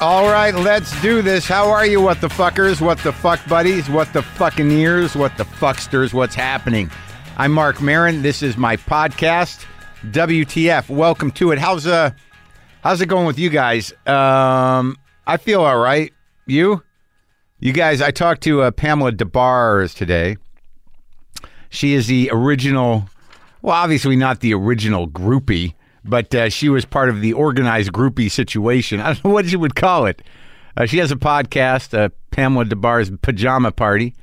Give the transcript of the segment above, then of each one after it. All right, let's do this. How are you, what the fuckers, what the fuck buddies, what the fucking ears, what the fucksters, what's happening? I'm Mark Marin. This is my podcast, WTF. Welcome to it. How's uh how's it going with you guys? Um I feel all right. You? You guys, I talked to uh, Pamela DeBars today. She is the original, well, obviously not the original groupie, but uh, she was part of the organized groupie situation. I don't know what you would call it. Uh, she has a podcast, uh, Pamela DeBar's Pajama Party,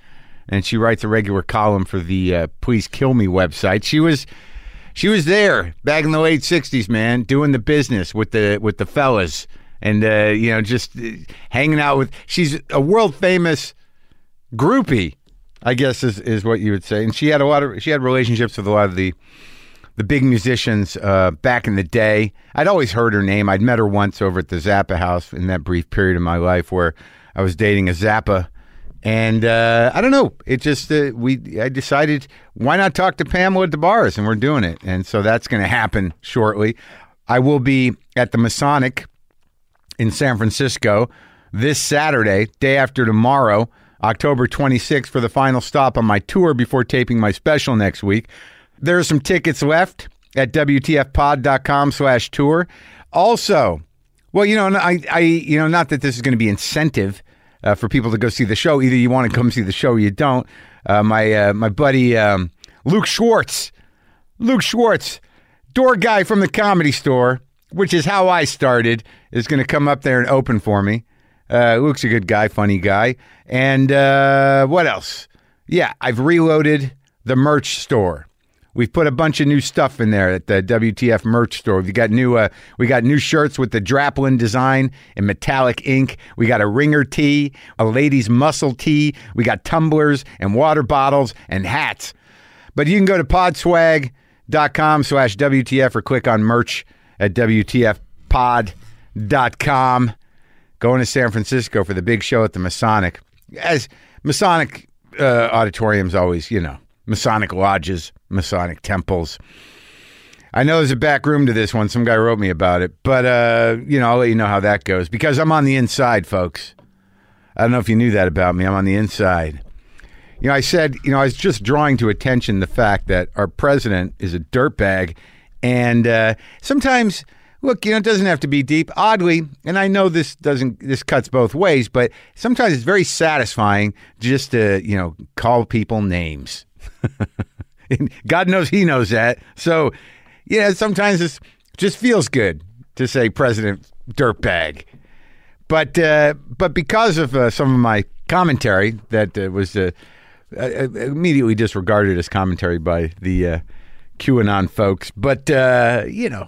and she writes a regular column for the uh, Please Kill Me website. She was. She was there back in the late '60s, man, doing the business with the with the fellas, and uh, you know, just uh, hanging out with. She's a world famous groupie, I guess is is what you would say. And she had a lot of she had relationships with a lot of the the big musicians uh, back in the day. I'd always heard her name. I'd met her once over at the Zappa house in that brief period of my life where I was dating a Zappa. And uh, I don't know. It just uh, we I decided why not talk to Pamela at the bars, and we're doing it. And so that's going to happen shortly. I will be at the Masonic in San Francisco this Saturday, day after tomorrow, October 26th, for the final stop on my tour before taping my special next week. There are some tickets left at WTFpod.com slash tour. Also, well, you know, and I, I, you know, not that this is going to be incentive uh, for people to go see the show. Either you want to come see the show or you don't. Uh, my, uh, my buddy um, Luke Schwartz, Luke Schwartz, door guy from the comedy store, which is how I started, is going to come up there and open for me. Uh, Luke's a good guy, funny guy. And uh, what else? Yeah, I've reloaded the merch store. We've put a bunch of new stuff in there at the WTF merch store. We got new, uh, we got new shirts with the Draplin design in metallic ink. We got a ringer tee, a ladies' muscle tee. We got tumblers and water bottles and hats. But you can go to podswag.com slash WTF or click on merch at WTFpod.com. Going to San Francisco for the big show at the Masonic. As Masonic uh, auditoriums always, you know, Masonic lodges, Masonic temples. I know there's a back room to this one. Some guy wrote me about it. But, uh, you know, I'll let you know how that goes because I'm on the inside, folks. I don't know if you knew that about me. I'm on the inside. You know, I said, you know, I was just drawing to attention the fact that our president is a dirtbag. And uh, sometimes, look, you know, it doesn't have to be deep. Oddly, and I know this doesn't, this cuts both ways, but sometimes it's very satisfying just to, you know, call people names. And God knows he knows that. So, yeah, sometimes it just feels good to say President Dirtbag. But uh, but because of uh, some of my commentary that uh, was uh, uh, immediately disregarded as commentary by the uh, QAnon folks, but uh, you know,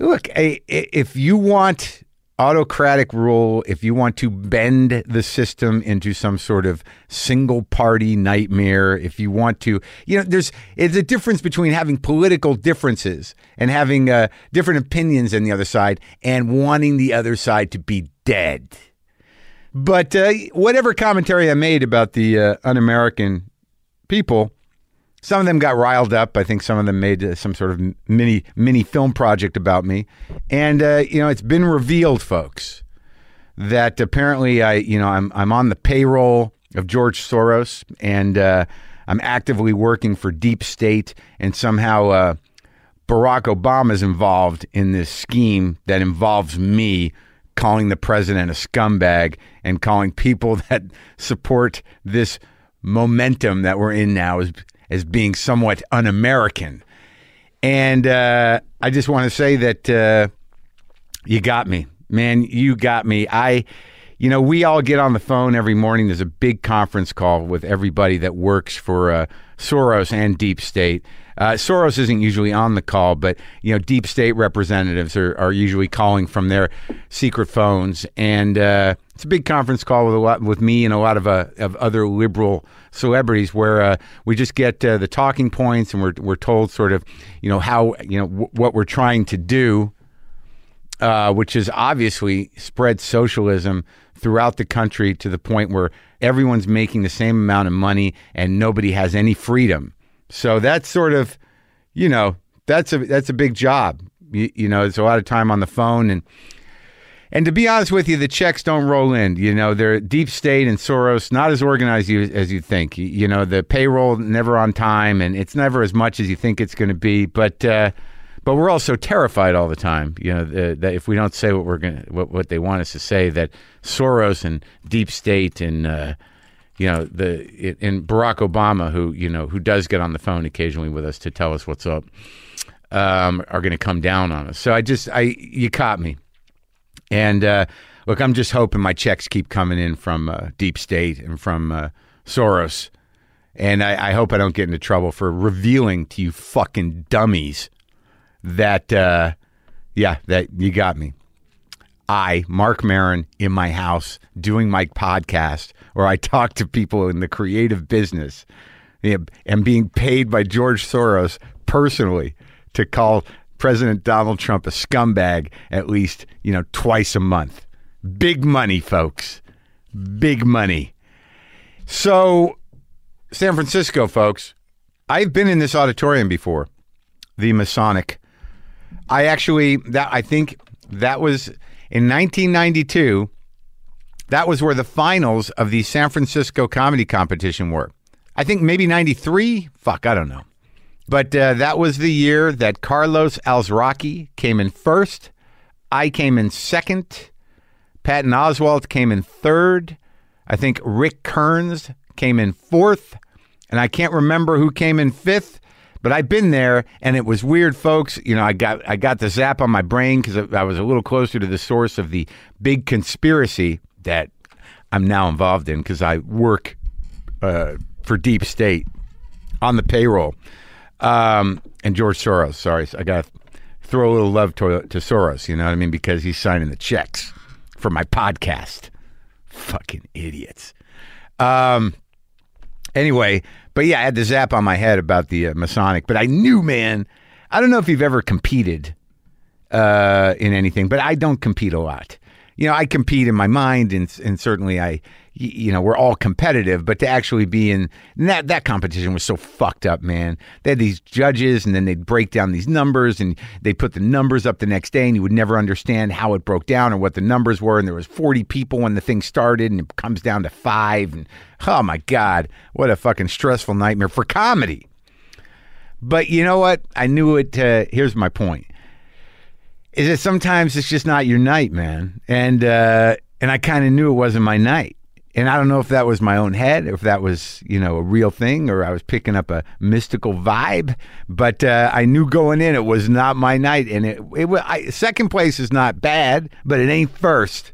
Look, i- i- if you want autocratic rule, if you want to bend the system into some sort of single party nightmare, if you want to, you know, there's it's a difference between having political differences and having uh, different opinions on the other side and wanting the other side to be dead. But uh, whatever commentary I made about the uh, un-American people, some of them got riled up. I think some of them made uh, some sort of mini mini film project about me, and uh, you know it's been revealed, folks, that apparently I you know I'm I'm on the payroll of George Soros, and uh, I'm actively working for deep state, and somehow uh, Barack Obama's involved in this scheme that involves me calling the president a scumbag and calling people that support this momentum that we're in now as as being somewhat un-American. And uh, I just want to say that uh, you got me, man. You got me. I, you know, we all get on the phone every morning. There's a big conference call with everybody that works for uh, Soros and Deep State. Uh, Soros isn't usually on the call, but you know, Deep State representatives are, are usually calling from their secret phones, and uh, it's a big conference call with a lot with me and a lot of uh, of other liberal celebrities, where uh, we just get uh, the talking points, and we're we're told sort of, you know, how you know w- what we're trying to do uh, which is obviously spread socialism throughout the country to the point where everyone's making the same amount of money and nobody has any freedom. So that's sort of, you know, that's a that's a big job. You, you know, it's a lot of time on the phone and And to be honest with you, the checks don't roll in. You know, they're deep state and Soros not as organized you, as you think. You, you know, the payroll never on time, and it's never as much as you think it's going to be. But uh, but we're also terrified all the time. You know, the, that if we don't say what we're going what, what they want us to say, that Soros and deep state and uh, you know the and Barack Obama, who you know who does get on the phone occasionally with us to tell us what's up, um, are going to come down on us. So I just I you caught me. And uh, look, I'm just hoping my checks keep coming in from uh, Deep State and from uh, Soros. And I, I hope I don't get into trouble for revealing to you fucking dummies that, uh, yeah, that you got me. I, Mark Marin, in my house doing my podcast, where I talk to people in the creative business you know, and being paid by George Soros personally to call President Donald Trump a scumbag at least, you know, twice a month. Big money, folks. Big money. So, San Francisco, folks, I've been in this auditorium before, the Masonic. I actually, that I think that was in 1992. That was where the finals of the San Francisco comedy competition were. I think maybe 93. Fuck, I don't know. But uh, that was the year that Carlos Alzraki came in first. I came in second. Patton Oswalt came in third. I think Rick Kearns came in fourth. And I can't remember who came in fifth, but I've been there and it was weird, folks. You know, I got I got the zap on my brain because I was a little closer to the source of the big conspiracy that I'm now involved in because I work uh, for Deep State on the payroll um, and George Soros. Sorry, I got to throw a little love to, to Soros. You know what I mean? Because he's signing the checks for my podcast. Fucking idiots. Um, anyway, but yeah, I had the zap on my head about the uh, Masonic, but I knew, man. I don't know if you've ever competed uh, in anything, but I don't compete a lot. You know, I compete in my mind, and, and certainly I, y- you know, we're all competitive. But to actually be in and that that competition was so fucked up, man. They had these judges, and then they'd break down these numbers, and they put the numbers up the next day, and you would never understand how it broke down or what the numbers were. And there was forty people when the thing started, and it comes down to five. And oh my god, what a fucking stressful nightmare for comedy. But you know what? I knew it. Uh, here's my point is that sometimes it's just not your night, man. And uh, and I kind of knew it wasn't my night. And I don't know if that was my own head, or if that was you know a real thing, or I was picking up a mystical vibe. But uh, I knew going in it was not my night, and it it wa- I, second place is not bad, but it ain't first.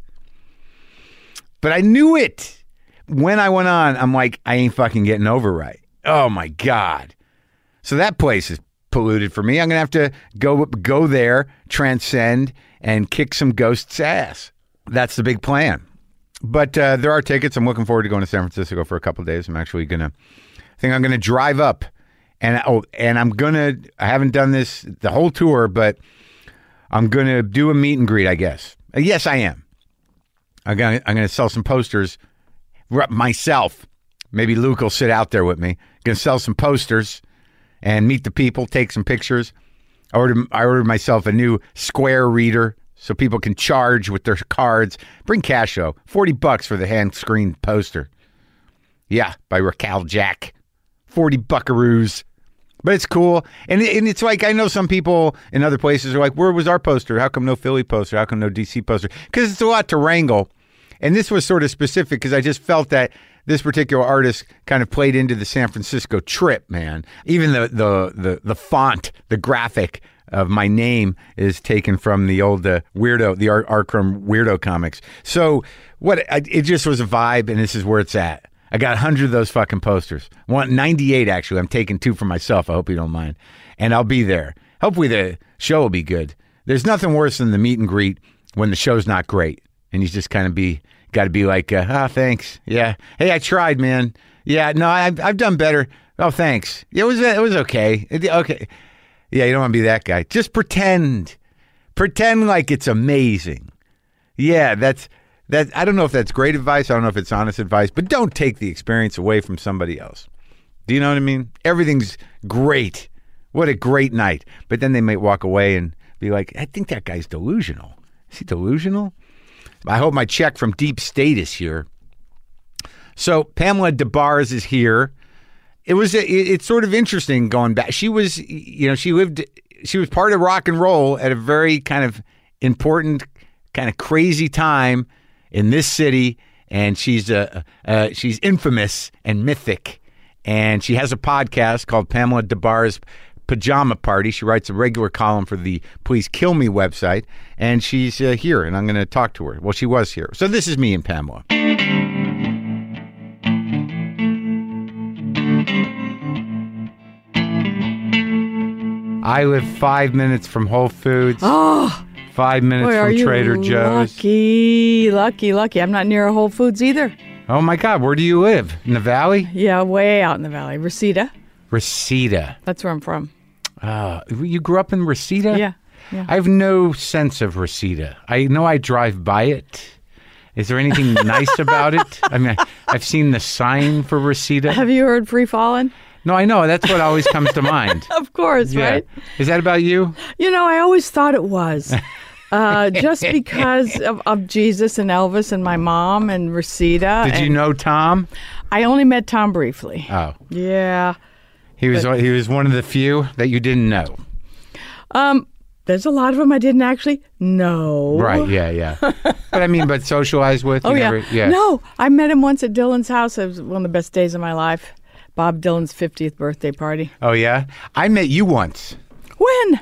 But I knew it when I went on. I'm like, I ain't fucking getting over right. Oh my god. So that place is polluted for me. I'm gonna have to go go there, transcend, and kick some ghosts' ass. That's the big plan. But uh, there are tickets. I'm looking forward to going to San Francisco for a couple days. I'm actually gonna. I think I'm gonna drive up, and oh, and I'm gonna. I haven't done this the whole tour, but I'm gonna do a meet and greet. I guess. Uh, Yes, I am. I'm gonna I'm gonna sell some posters r- myself. Maybe Luke will sit out there with me. Gonna sell some posters and meet the people, take some pictures. I ordered, I ordered myself a new square reader so people can charge with their cards. Bring cash though, forty bucks for the hand screened poster. Yeah, by Raquel Jack, forty buckaroos. But it's cool, and it- and it's like I know some people in other places are like, "Where was our poster? How come no Philly poster? How come no DC poster?" Because it's a lot to wrangle, and this was sort of specific because I just felt that this particular artist kind of played into the San Francisco trip, man. Even the the the, the font, the graphic of my name is taken from the old uh, weirdo, the Ar- Arkrum weirdo comics. So what? I, it just was a vibe, and this is where it's at. I got 100 of those fucking posters. One, 98, actually. I'm taking two for myself. I hope you don't mind. And I'll be there. Hopefully, the show will be good. There's nothing worse than the meet and greet when the show's not great. And you just kind of be, got to be like, uh, ah, thanks. Yeah. Hey, I tried, man. Yeah. No, I, I've done better. Oh, thanks. It was, it was okay. It, okay. Yeah, you don't want to be that guy. Just pretend. Pretend like it's amazing. Yeah, that's that. I don't know if that's great advice. I don't know if it's honest advice, but don't take the experience away from somebody else. Do you know what I mean? Everything's great. What a great night. But then they might walk away and be like, I think that guy's delusional. Is he delusional? I hope my check from Deep State is here. So Pamela DeBars is here. It was it, it's sort of interesting going back. She was you know she lived she was part of rock and roll at a very kind of important kind of crazy time in this city, and she's uh, uh, she's infamous and mythic, and she has a podcast called Pamela DeBar's Pajama Party. She writes a regular column for the Please Kill Me website, and she's uh, here, and I'm going to talk to her. Well, she was here, so this is me and Pamela. I live five minutes from Whole Foods, Oh, five minutes boy, are from you Trader Joe's. Lucky, lucky, lucky. I'm not near a Whole Foods either. Oh my God, where do you live? In the valley? Yeah, way out in the valley. Reseda. Reseda. That's where I'm from. Uh, you grew up in Reseda? Yeah. Yeah. I have no sense of Reseda. I know I drive by it. Is there anything nice about it? I mean, I, I've seen the sign for Reseda. Have you heard Free Fallen? No, I know. That's what always comes to mind. Of course, right? Is that about you? You know, I always thought it was. Uh, just because of, of Jesus and Elvis and my mom and Reseda. Did you Uh, and- know Tom? I only met Tom briefly. Oh, yeah. he was he was one of the few that you didn't know. Um, there's a lot of them I didn't actually know. Right? Yeah, yeah. but I mean, but socialize with. Oh you yeah. never- yeah. No, I met him once at Dylan's house. It was one of the best days of my life. Bob Dylan's 50th birthday party. Oh yeah. I met you once. When?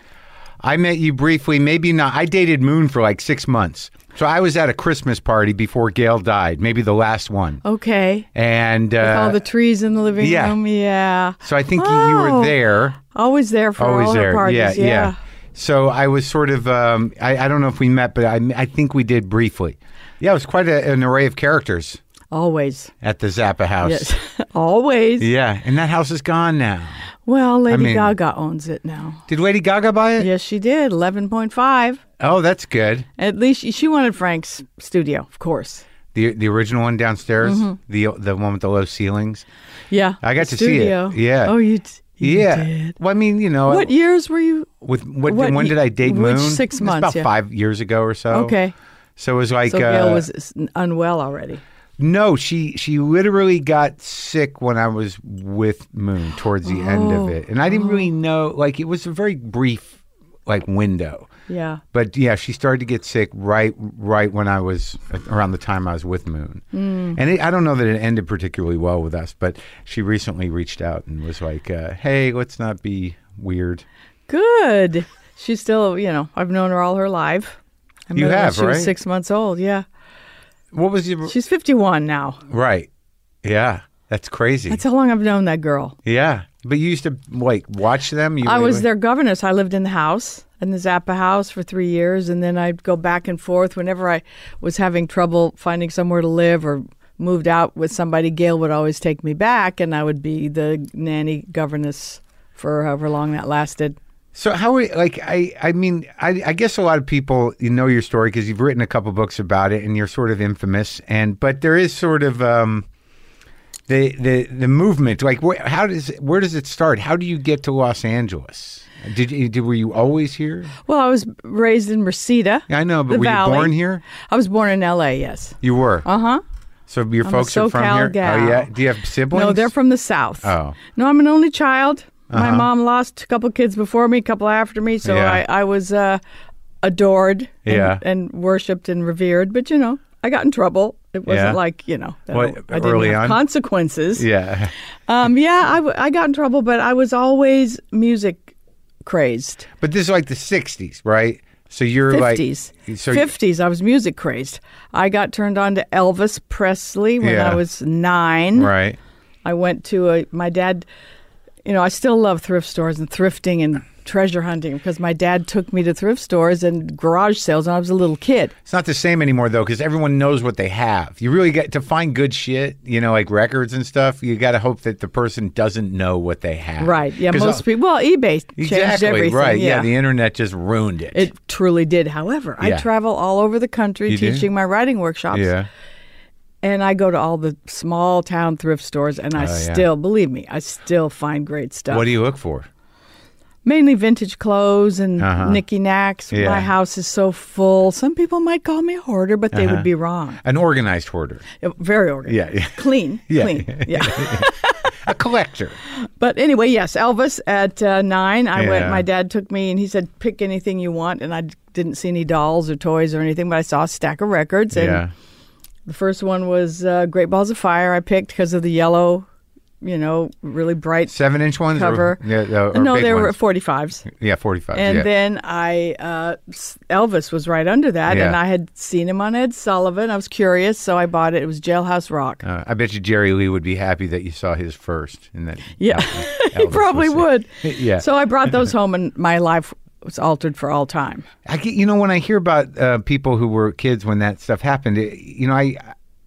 I met you briefly, maybe not. I dated Moon for like six months. So I was at a Christmas party before Gail died, maybe the last one. Okay. And uh, All the trees in the living yeah. room. Yeah. so I think you- you were Oh. there. Always there for Always all there. her parties. yeah, So I was sort of, um, I, I don't know if we met, but I, I think we did briefly. Yeah, it was quite a, an array of characters Always. at the Zappa house. Yes. Always. Yeah, and that house is gone now. Well, Lady mean- Gaga owns it now. Did Lady Gaga buy it? Yes, she did. 11.5. Oh, that's good. At least she, she wanted Frank's studio, of course. The the original one downstairs, Mm-hmm. the the one with the low ceilings. Yeah. I got the to see it. studio. Yeah. Oh, you, d- you yeah. did. Well, I mean, you know, What years were you? with what, What when ye- did I date which Moon? six It's months, about yeah. five years ago or so. Okay. So it was like So uh, Gail was s- unwell already. no, she she literally got sick when I was with Moon towards the end Oh. of it, and I didn't really know. Like it was a very brief like window, Yeah. but yeah, she started to get sick right right when I was around the time I was with Moon, Hmm. and it, I don't know that it ended particularly well with us. But she recently reached out and was like, uh, "Hey, let's not be weird." Good. She's still, you know, I've known her all her life. I You met her when have, she right? was six months old. Yeah. What was your She's 51 now. right? Yeah, that's crazy. That's how long I've known that girl. Yeah, but you used to like watch them. You I would- was their governess. I lived in the house, in the Zappa house for three years, and then I'd go back and forth. Whenever I was having trouble finding somewhere to live or moved out with somebody, Gail would always take me back, and I would be the nanny governess for however long that lasted. So how we- like I I mean I I guess a lot of people you know your story because you've written a couple books about it and you're sort of infamous and but there is sort of um the the the movement like where how does where does it start how do you get to Los Angeles did you did were you always here Well, I was raised in Reseda. I know but The were Valley. you born here I was born in L.A., yes. you were Uh huh. so your I'm a folks are from SoCal here oh gal. yeah do you have siblings No, they're from the South. Oh. Uh-huh. No, I'm an only child. My mom lost a couple kids before me, a couple after me, so Yeah. I, I was uh, adored and, Yeah. and worshipped and revered. But, you know, I got in trouble. It wasn't Yeah. like, you know, that What, I didn't early have on? consequences. yeah Um, yeah, I, w- I got in trouble, but I was always music crazed. but this is like the 60s right so you're like 50s. 50s, I was music crazed. I got turned on to Elvis Presley when Yeah. I was nine. right I went to a my dad. You know, I still love thrift stores and thrifting and treasure hunting because my dad took me to thrift stores and garage sales when I was a little kid. It's not the same anymore though, because everyone knows what they have. You really get to find good shit, you know, like records and stuff. You got to hope that the person doesn't know what they have. Right? Yeah. 'Cause, uh, Most people. Well, eBay changed exactly everything. right. Yeah. the internet just ruined it. it truly did. However, Yeah. I travel all over the country You do? teaching my writing workshops, yeah, and I go to all the small town thrift stores, and I Oh, yeah. still, believe me, I still find great stuff. What do you look for? mainly vintage clothes and Uh-huh. knicky knacks. Yeah. My house is so full. Some people might call me a hoarder, but they Uh-huh. would be wrong. An organized hoarder, Uh, Very organized. Yeah, yeah. Clean. Yeah. Clean. Yeah. a collector. but anyway, yes, Elvis at uh, nine, I went. Yeah. My dad took me and he said, pick anything you want. And I d- didn't see any dolls or toys or anything, but I saw a stack of records. And yeah. the first one was uh, Great Balls of Fire, I picked because of the yellow, you know, really bright Seven inch ones? cover. Or, yeah, uh, or no, big they were ones. 45s. yeah, 45. And yeah. then I, uh, s- Elvis was right under that, Yeah. and I had seen him on Ed Sullivan. I was curious, so I bought it. It was Jailhouse Rock. Uh, I bet you Jerry Lee would be happy that you saw his first. And that Yeah, Elvis- Elvis he was probably there. would. Yeah. So I brought those home, and my life was altered for all time. I get, you know, when I hear about uh, people who were kids when that stuff happened, it, you know, I,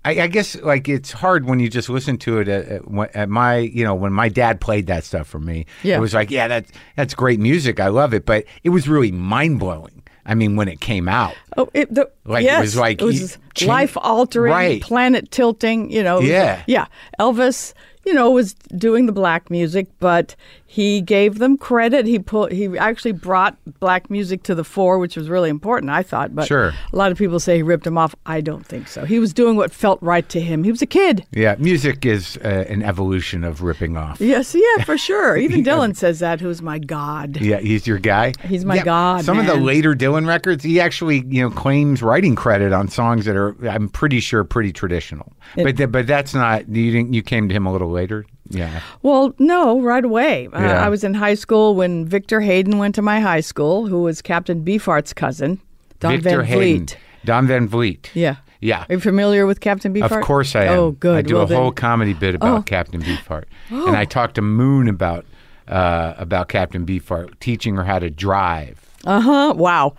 I, I guess like it's hard when you just listen to it at, at, when- at my, you know, when my dad played that stuff for me, Yeah. it was like, yeah, that's that's great music, I love it, but it was really mind blowing. I mean, when it came out, Oh, it, the, Like, it yes, was like you cha- life altering, Right. planet tilting. You know, it was- Yeah. yeah. Elvis, you know, was doing the black music, but he gave them credit. He put he actually brought black music to the fore, which was really important, I thought. But Sure. a lot of people say he ripped him off. I don't think so. He was doing what felt right to him. He was a kid. yeah, music is uh, an evolution of ripping off. Yes, yeah, for sure. Even Dylan says that. Who's my god? Yeah, he's your guy. He's my Yeah, god, Some of the man. later Dylan records, he actually you know claims writing credit on songs that are I'm pretty sure pretty traditional. but th- but that's not you didn't you came to him a little later. Yeah, Well, no, right away. Uh, Yeah. I was in high school when Victor Hayden went to my high school, who was Captain Beefheart's cousin, Don Victor Van Hayden, Vliet. Don Van Vliet. Yeah. Yeah. Are you familiar with Captain Of Beefheart? course I am. Oh, good. I do Well, a then- Oh. whole comedy bit about Captain Beefheart, and I talked to Moon about uh, about Captain Beefheart, teaching her how to drive. Uh huh. Wow.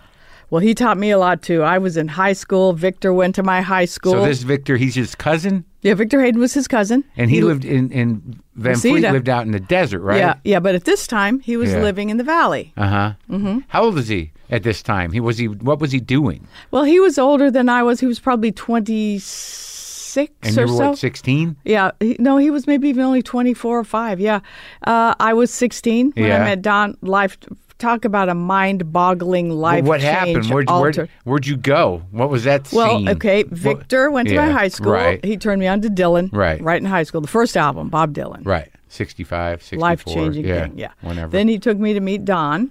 Well, he taught me a lot too. I was in high school. Victor went to my high school. So this Victor, he's his cousin, yeah, Victor Hayden was his cousin. and he, lived in in Van Vliet Reseda. lived out in the desert, right? Yeah, yeah, but at this time he was Yeah. living in the valley. Uh huh. Mm-hmm. How old is he at this time? He was he. What was he doing? Well, he was older than I was. He was probably twenty six And or you were so. what sixteen? Yeah, he, no, he was maybe even only 24 or 5. Yeah. Uh, I was 16 when Yeah. I met Don. Life, talk about a mind boggling life. What change happened? Where'd, altered. where'd, where'd you go? What was that well, scene? okay. What- Victor went to my yeah, high school. Right. He turned me on to Dylan. Right. Right in high school. The first album, Bob Dylan. right. 65, 64. Life changing yeah, thing. Yeah. Whenever. Then he took me to meet Don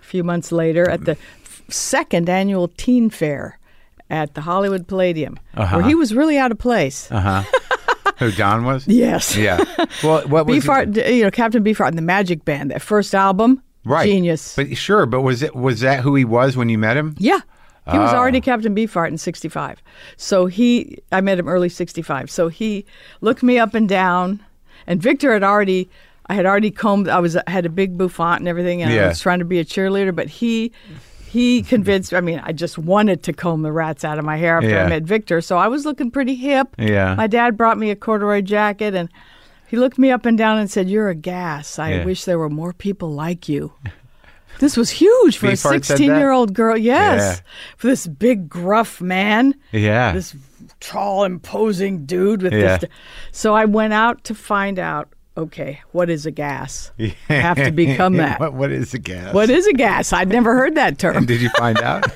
a few months later at the f- second annual teen fair at the Hollywood Palladium, Uh-huh. where he was really out of place. uh huh. Who Don was? Yes. Yeah. Well, what was he- Beefheart, d- you know, Captain Beefheart and the Magic Band, that first album, Right. genius. But sure. But was it was that who he was when you met him? yeah, he was Ah. already Captain Beefheart in '65. So he, I met him early '65. So he looked me up and down, and Victor had already, I had already combed. I was had a big bouffant and everything, and Yeah. I was trying to be a cheerleader, but he. He convinced. I mean, I just wanted to comb the rats out of my hair after Yeah. I met Victor, so I was looking pretty hip. Yeah. My dad brought me a corduroy jacket and he looked me up and down and said, You're a gas. I Yeah. wish there were more people like you. This was huge for a Beefheart said that? 16 year old girl. Yes. Yeah. For this big, gruff man, Yeah. this tall, imposing dude with Yeah. this. So I went out to find out okay, what is a gas? I have to become that. what, what is the gas? What is a gas? I'd never heard that term. Did you find out?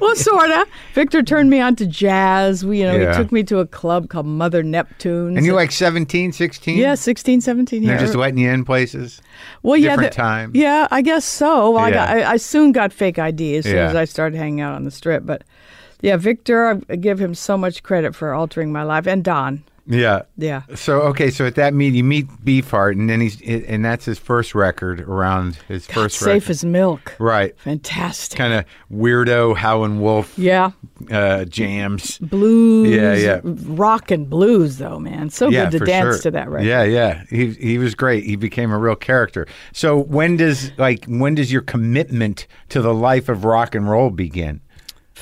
well, sorta. Victor turned me on to jazz. We, you know, Yeah. he took me to a club called Mother Neptune's. and you're like 17, 16? Yeah, 16, 17 They're years. just letting you in places. well, yeah, different the- time. Yeah, I guess so. Well, I, got, Yeah. I, I soon got fake ID as soon Yeah. as I started hanging out on the strip. But yeah, Victor, I- I give him so much credit for altering my life, and Don. Yeah. Yeah. So okay, so at that meet you meet Beefheart, and then he's and that's his first record around his first Safe record, as milk. right? Fantastic. Kind of weirdo Howlin' Wolf Yeah. uh, jams. Blues. Yeah, yeah. Rock and blues, though, man. So yeah, good to for dance sure. to that record. Yeah, yeah. He he was great. He became a real character. So when does like when does your commitment to the life of rock and roll begin?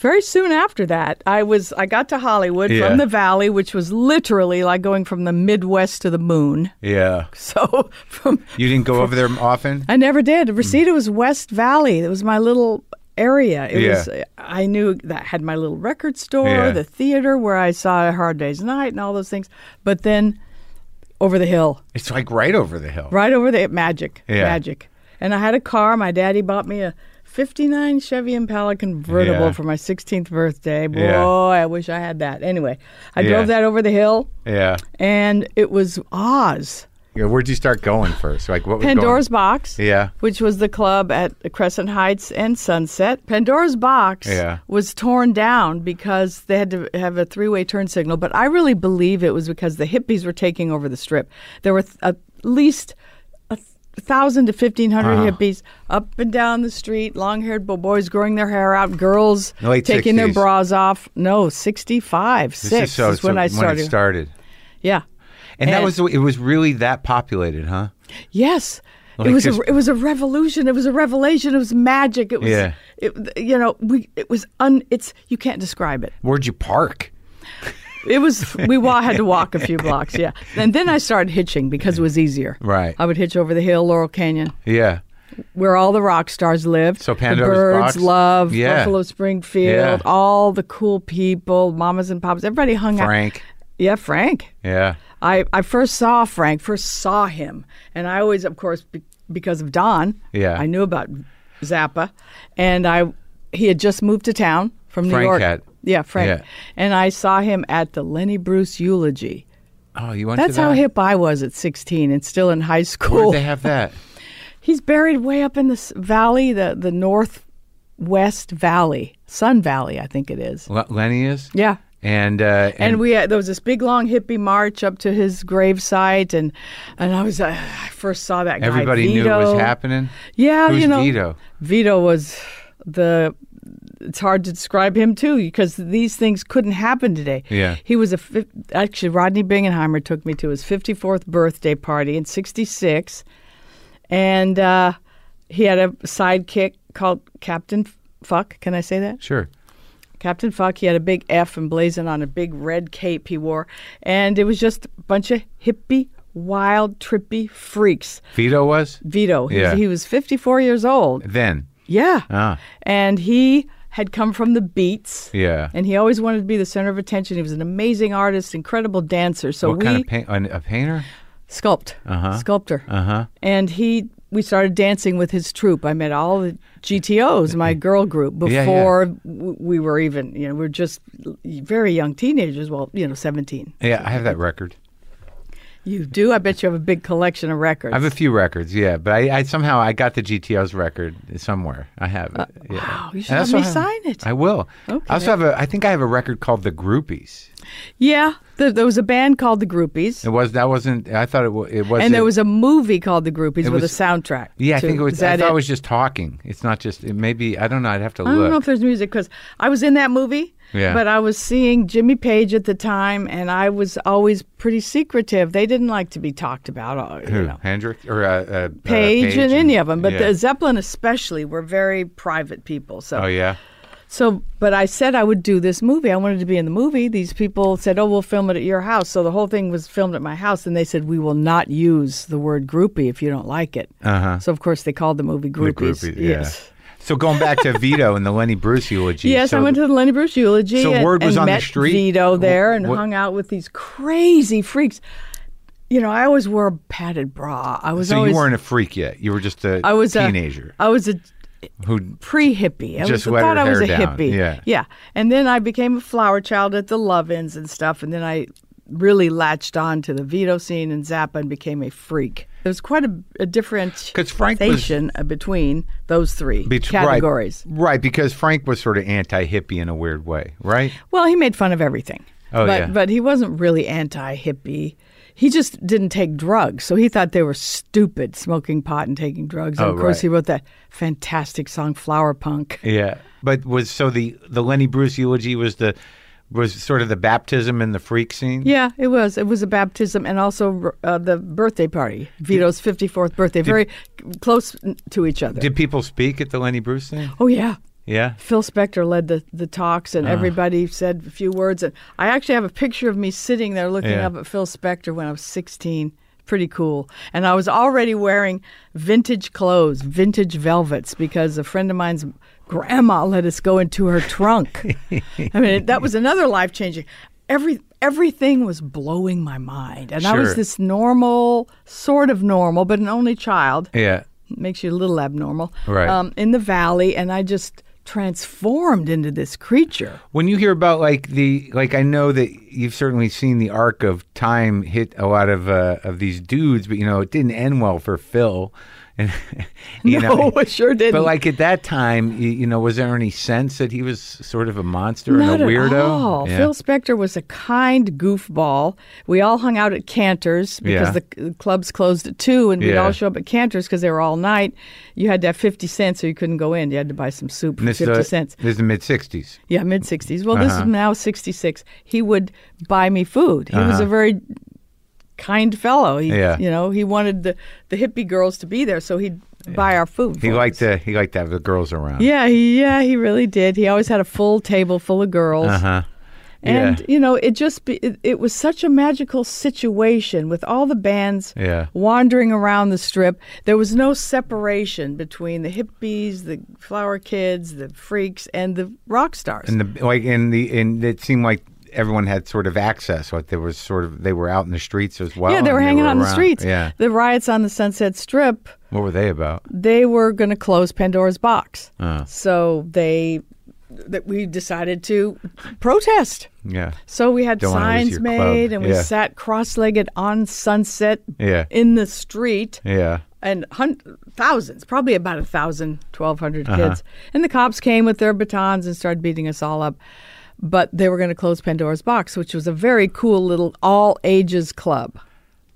very soon after that i was i got to hollywood Yeah. from the valley which was literally like going from the midwest to the moon Yeah. so from You didn't go over there often. i never did Mm-hmm. reseda was west valley it was my little area it Yeah. was i knew that had my little record store Yeah. the theater where i saw a hard day's night and all those things but then over the hill It's like right over the hill. right over the magic Yeah. magic And I had a car. My daddy bought me a 59 Chevy Impala convertible Yeah. for my 16th birthday. Boy, Yeah. I wish I had that. Anyway, I Yeah. drove that over the hill Yeah. and it was Oz. Yeah, Where'd you start going first? Like what was Pandora's Box. Going? Yeah. Which was the club at Crescent Heights and Sunset. Pandora's Box Yeah. was torn down because they had to have a three way turn signal, but I really believe it was because the hippies were taking over the strip. There were th- at least a th- 1,000 to 1,500 hippies up and down the street, long haired boys growing their hair out, girls The late taking their 60s. bras off. No, 65, 6 This is so, so when I started. it started. Yeah. And, that And- was it was really that populated, huh? Yes. Like it was just- a it was a revolution. It was a revelation. It was magic. It was Yeah. it, you know we it was un it's you can't describe it. Where'd you park? It was we wa- had to walk a few blocks. Yeah, and then I started hitching because it was easier. Right. I would hitch over the hill, Laurel Canyon, Yeah. where all the rock stars lived. So the Pandora's birds Box? love Yeah. Buffalo Springfield. Yeah. All the cool people, mamas and papas. Everybody hung out. Frank. Yeah, Frank. Yeah. I, I first saw Frank, first saw him, and I always, of course, be, because of Don, Yeah. I knew about Zappa, and I he had just moved to town from New Frank York. had. Yeah, Frank, Yeah. and I saw him at the Lenny Bruce eulogy. Oh, you went That's to that? how hip I was at 16 and still in high school. Where'd they have that? He's buried way up in the s- valley, the the northwest valley, Sun Valley, I think it is. Le- Lenny is? Yeah. And uh and we had, there was this big long hippie march up to his gravesite, and and I was uh, I first saw that guy. everybody Vito. knew it was happening. Yeah, Who's you know, Vito? Vito was the. It's hard to describe him too because these things couldn't happen today. Yeah. he was a fif- actually Rodney Bingenheimer took me to his fifty fourth birthday party in sixty six, and uh, he had a sidekick called Captain Fuck. Can I say that? Sure. Captain Fuck, he had a big F emblazoned on a big red cape he wore. And it was just a bunch of hippie, wild, trippy freaks. Vito was? Vito, he, Yeah. was, he was 54 years old. Then. Yeah. Ah. And he had come from the beats. Yeah. And he always wanted to be the center of attention. He was an amazing artist, incredible dancer. So what we kind of paint an- a painter? sculpt, sculptor. Uh-huh. And he, we started dancing with his troupe. I met all the GTOs, my girl group, before Mm-hmm. yeah. w- we were even, you know, we were just very young teenagers. Well, you know, 17. Yeah, I have that record. You do? I bet you have a big collection of records. I have a few records, yeah, but I, I somehow I got the GTO's record somewhere. I have it. yeah. Uh, wow, you And should have that's me why I- sign it. I will. Okay. I also have a. I think I have a record called The Groupies. yeah, th- there was a band called The Groupies. It was that wasn't. I thought it was. It was. and there was a movie called The Groupies with was- a soundtrack. Yeah, I too. think it was. Is that I thought it? it was just talking. It's not just. It maybe I don't know. I'd have to I don't know look. if there's music because I was in that movie. Yeah. But I was seeing Jimmy Page at the time, and I was always pretty secretive. They didn't like to be talked about. uh, You Who know. Hendrix or uh, uh, Page, uh, Page and any of them, but yeah. the Zeppelin especially were very private people. So, Oh yeah. so, but I said I would do this movie. I wanted to be in the movie. These people said, "Oh, we'll film it at your house." So the whole thing was filmed at my house, and they said, "We will not use the word groupie if you don't like it." Uh-huh. So of course they called the movie groupies. Groupies, yeah. Yes. So going back to Vito and the Lenny Bruce eulogy. Yes, so I went to the Lenny Bruce eulogy. So and, word was and on the met street? Vito there and What- hung out with these crazy freaks. You know, I always wore a padded bra. I was so always you weren't a freak yet. You were just a I was teenager A, I was a who. pre hippie. I Just was, let thought her I was hair a down, hippie. yeah. yeah. And then I became a flower child at the love-ins and stuff. And then I really latched on to the Vito scene and Zappa and became a freak. There's quite a, a differentiation 'Cause Frank was- between those three bet- categories. Right, right, because Frank was sort of anti hippie in a weird way, right? Well, he made fun of everything. Oh, but, yeah. but he wasn't really anti hippie. He just didn't take drugs. So he thought they were stupid smoking pot and taking drugs. And Oh, of course, right. he wrote that fantastic song, Flower Punk. Yeah. But was so the the Lenny Bruce eulogy was the was sort of the baptism in the freak scene? Yeah, it was. It was a baptism and also uh, the birthday party, Vito's 54th birthday, very close to each other. Did people speak at the Lenny Bruce thing? oh, yeah. Yeah. Uh-huh. Phil Spector led the, the talks, and everybody said a few words. And I actually have a picture of me sitting there looking Yeah. up at Phil Spector when I was 16. Pretty cool. And I was already wearing vintage clothes, vintage velvets, because a friend of mine's grandma let us go into her trunk. I mean, that was another life changing. Every everything was blowing my mind, and I Sure. was this normal, sort of normal, but an only child. Yeah. makes you a little abnormal. Right. Um, in the valley, and I just transformed into this creature. When you hear about like the like, I know that you've certainly seen the arc of time hit a lot of uh, of these dudes, but you know it didn't end well for Phil. And you no, know, it sure didn't. but like at that time, you, you know, was there any sense that he was sort of a monster Not and a weirdo? At all. Yeah. Phil Spector was a kind goofball. We all hung out at Cantor's because Yeah. the the clubs closed at two, and we'd Yeah. all show up at Cantor's because they were all night. You had to have fifty cents, or you couldn't go in. You had to buy some soup for And this fifty is the- cents. This is the mid '60s. Yeah, mid sixties. Well, Uh-huh. this is now sixty six. He would buy me food. He was a very kind fellow. He, Uh-huh. Yeah. you know, he wanted the the hippie girls to be there, so he'd buy our food. He for liked to us. he liked to have the girls around. Yeah, he, yeah, he really did. He always had a full table full of girls. Uh-huh. And Yeah. you know, it just be, it, it was such a magical situation with all the bands Yeah. wandering around the strip. There was no separation between the hippies, the flower kids, the freaks, and the rock stars. And the like in the in it seemed like everyone had sort of access. Like there was sort of they were out in the streets as well. yeah, they Oh, and were hanging out in the around. streets. Yeah. The riots on the Sunset Strip, What were they about? they were going to close Pandora's box. Oh. So they that we decided to protest. Yeah. So we had Don't wanna lose signs your made, club. and we Yeah. sat cross-legged on Sunset Yeah. in the street, Yeah. and hun- thousands, probably about a thousand, twelve hundred Uh-huh. kids. And the cops came with their batons and started beating us all up. But they were going to close Pandora's Box, which was a very cool little all ages club.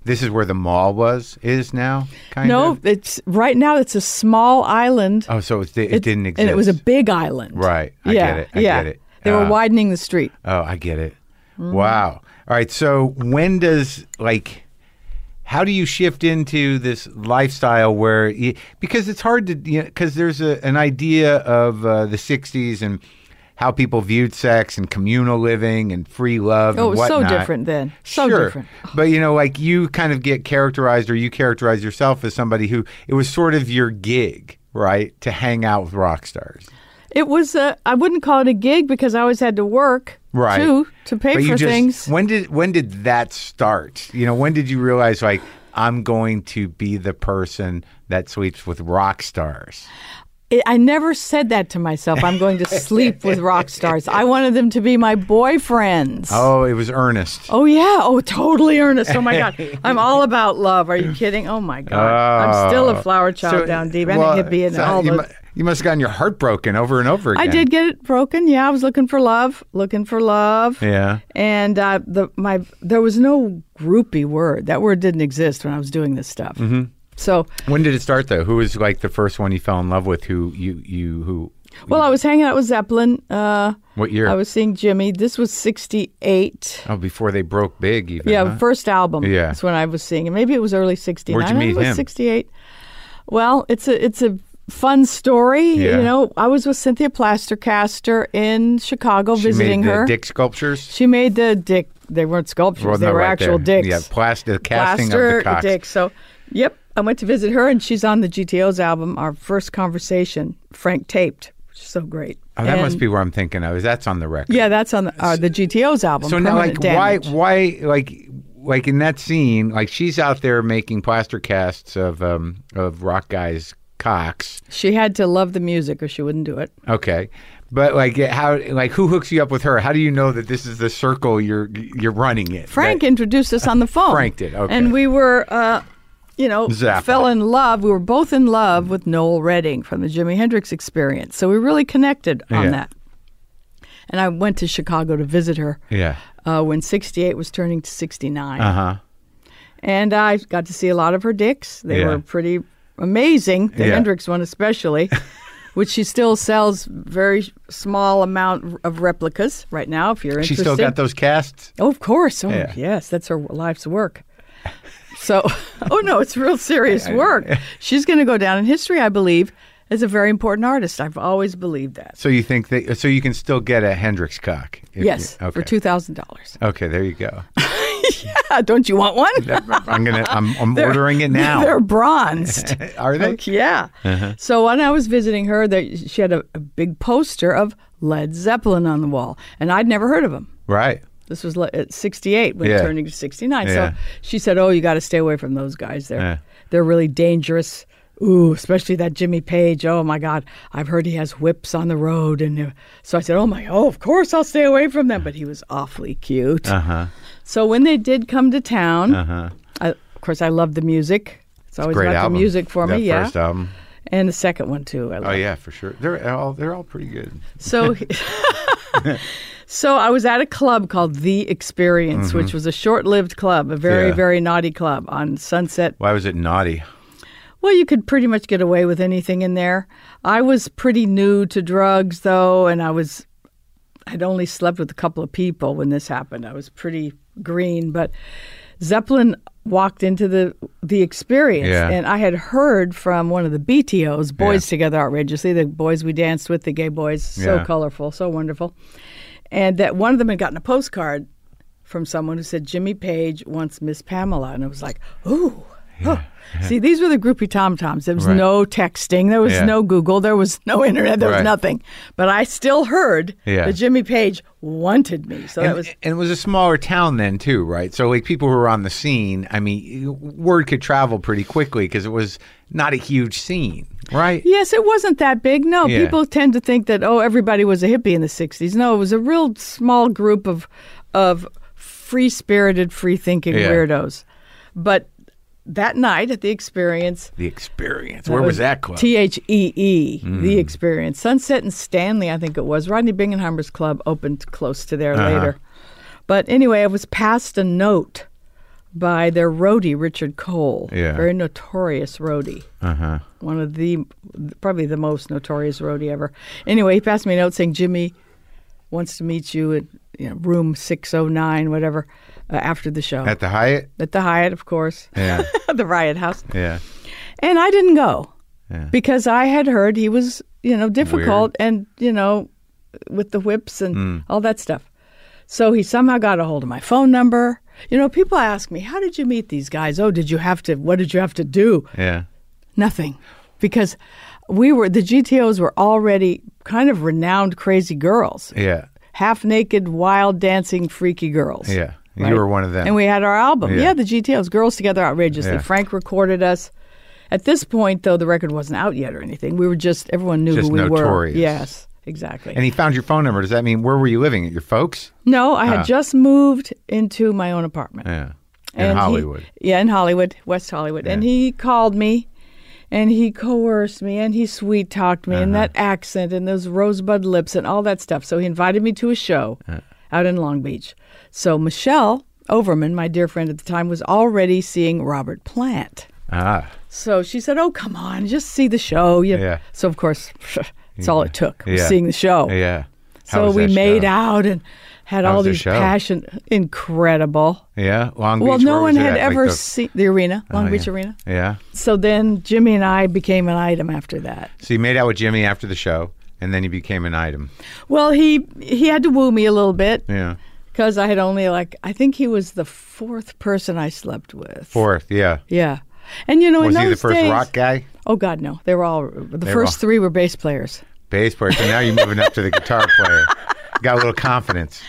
This is where the mall was is now kind no, of. it's right now. It's a small island. Oh, so it, it, didn't exist. and it was a big island. Right. I yeah, get it. I yeah. get it. They were Uh, widening the street. Oh, I get it. Mm-hmm. Wow. All right. So when does like how do you shift into this lifestyle where you, because it's hard to you because there's a, an idea of uh, the 60s and how people viewed sex and communal living and free love Oh, and it was so whatnot. different then. So sure. different. But you know, like you kind of get characterized or you characterize yourself as somebody who it was sort of your gig, right? To hang out with rock stars. It was a. I wouldn't call it a gig because I always had to work right too to pay But you for just- things. when did when did that start you know when did you realize like i'm going to be the person that sleeps with rock stars It, I never said that to myself. I'm going to sleep with rock stars. I wanted them to be my boyfriends. oh it was earnest Oh, yeah. Oh, totally earnest. Oh my God. I'm all about love. Are you kidding? Oh my God. I'm still a flower child down deep and well, a hippie and so all you, those. mu- you must have gotten your heart broken over and over again I did get it broken. Yeah, I was looking for love, looking for love. yeah And uh, the my there was no groupie word. That word didn't exist when I was doing this stuff. Mm-hmm. So, when did it start though who was like the first one you fell in love with who you you who well, I was hanging out with Zeppelin. Uh, what year I was seeing Jimmy. This was '68. oh before they broke big even Yeah, huh? first album. Uh-huh. Yeah. that's when I was seeing him. Maybe it was early '69. Where'd you I meet think it was him? '68. Well, it's a it's a fun story. Yeah. You know, I was with Cynthia Plastercaster in Chicago she visiting made the her. dick sculptures She made the dick. They weren't sculptures. Well, they no, were right actual there. dicks. yeah plastic casting plaster of the cocks. dick. So, yep, I went to visit her, and she's on the GTO's album. Our first conversation, Frank taped, which is so great. Oh, that must And- be where I'm thinking of. Is that's on the record? Yeah, that's on the, uh, the GTO's album. So now, like, Permanent Damage. why, why, like, like in that scene, like she's out there making plaster casts of um of rock guys' cocks. She had to love the music, or she wouldn't do it. Okay, but like, how, like, who hooks you up with her? How do you know that this is the circle you're you're running in? Frank That- introduced us on the phone. Frank did, okay. And we were, uh, you know, Zappa. fell in love. We were both in love with Noel Redding from the Jimi Hendrix Experience, so we really connected on Yeah. that. And I went to Chicago to visit her. yeah. uh, when 68 was turning to 69. Uh huh. And I got to see a lot of her dicks. They Yeah. were pretty amazing, the Yeah. Hendrix one especially, which she still sells very small amount of replicas right now if you're She interested. still got those casts. Oh, of course. Oh, Yeah. yes, that's her life's work. So, oh no, it's real serious work. She's going to go down in history, I believe, as a very important artist. I've always believed that. So you think that? So you can still get a Hendrix cock? if you- Yes, Okay. for two thousand dollars. okay. There you go. Don't you want one? I'm gonna. I'm, I'm They're- ordering it now. They're bronzed. Are they? Uh-huh. Like, yeah. So when I was visiting her, there, she had a, a big poster of Led Zeppelin on the wall, and I'd never heard of him. Right. This was le- at 68 when Yeah. turning to 69. Yeah. So she said, "Oh, you got to stay away from those guys. They're Yeah. they're really dangerous. Ooh, especially that Jimmy Page. Oh my God, I've heard he has whips on the road, and uh, so I said, "Oh my, oh of course I'll stay away from them." But he was awfully cute. Uh Uh-huh. huh. So when they did come to town, uh-huh. I, of course I love the music. It's always Great about album. the music for that me, yeah. First album. And the second one too. I love. Oh yeah, for sure. They're all they're all pretty good. So, so I was at a club called The Experience, which was a short-lived club, a very Yeah. very naughty club on Sunset Why was it naughty? Well, you could pretty much get away with anything in there. I was pretty new to drugs, though, and I was I'd only slept with a couple of people when this happened. I was pretty green, but Zeppelin walked into the the experience, Yeah. and I had heard from one of the BTOs, Boys Together Outrageously, the boys we danced with, the gay boys, so Yeah. colorful, so wonderful, and that one of them had gotten a postcard from someone who said Jimmy Page wants Miss Pamela, and I was like, ooh. huh. See, these were the groupie tom-toms. There was Right. no texting. There was Yeah. no Google. There was no internet. There was Right. nothing. But I still heard Yeah. that Jimmy Page wanted me. So And, that was and it was a smaller town then too, right? So like people who were on the scene, I mean, word could travel pretty quickly because it was not a huge scene, right? Yes, it wasn't that big. No, Yeah. people tend to think that oh, everybody was a hippie in the '60s. No, it was a real small group of of free spirited, free thinking Yeah. weirdos. But that night at the experience, The experience. Where was, that club? Mm. T H E E, the experience. Sunset and Stanley, I think it was. Rodney Bingham's club opened close to there Uh-huh. later. But anyway, I was passed a note by their roadie, Richard Cole. Yeah. Very notorious roadie. Uh Uh-huh. huh. One of the, probably the most notorious roadie ever. Anyway, he passed me a note saying, Jimmy wants to meet you at you know, room 609, whatever, uh, after the show. At the Hyatt. At the Hyatt, of course. Yeah. the Riot House. Yeah. And I didn't go Yeah. because I had heard he was, you know, difficult and, you know, with the whips and Mm. all that stuff. So he somehow got a hold of my phone number. You know, people ask me, how did you meet these guys? Oh, did you have to, what did you have to do? Yeah. Nothing. Because we were, the GTOs were already kind of renowned crazy girls, Yeah. half naked, wild dancing, freaky girls. Yeah. Right. You were one of them. And we had our album. Yeah. Yeah, the GTOs, Girls Together Outrageously. Yeah. Frank recorded us. At this point, though, the record wasn't out yet or anything. We were just, everyone knew Just who we notorious. were. Yes, exactly. and he found your phone number. Does that mean where were you living? At your folks? no, I Uh. had just moved into my own apartment. Yeah. In And he- Hollywood. yeah, in Hollywood, West Hollywood. And he called me and he coerced me and he sweet talked me and Uh-huh. that accent and those rosebud lips and all that stuff. So he invited me to a show out in Long Beach. So Michelle Overman, my dear friend at the time, was already seeing Robert Plant. ah. So she said, "Oh, come on, just see the show." You- Yeah. So of course, it's all it took was Yeah. seeing the show. Yeah. How Oh. So was we that made show? out and had How all was the these show? passion, incredible. Yeah. Long Beach. Well, where no was one it had at? Like ever the- seen the arena, Long Oh, Beach yeah. Arena. Yeah. So then Jimmy and I became an item after that. So you made out with Jimmy after the show, and then you became an item. Well, he he had to woo me a little bit Yeah. because I had only like I think he was the fourth person I slept with. Fourth. Yeah. Yeah, and you know Was in he the those first days, rock guy? oh God, no, they were all the were first all- three were bass players. Bass player. So now you're moving up to the guitar player. Got a little confidence.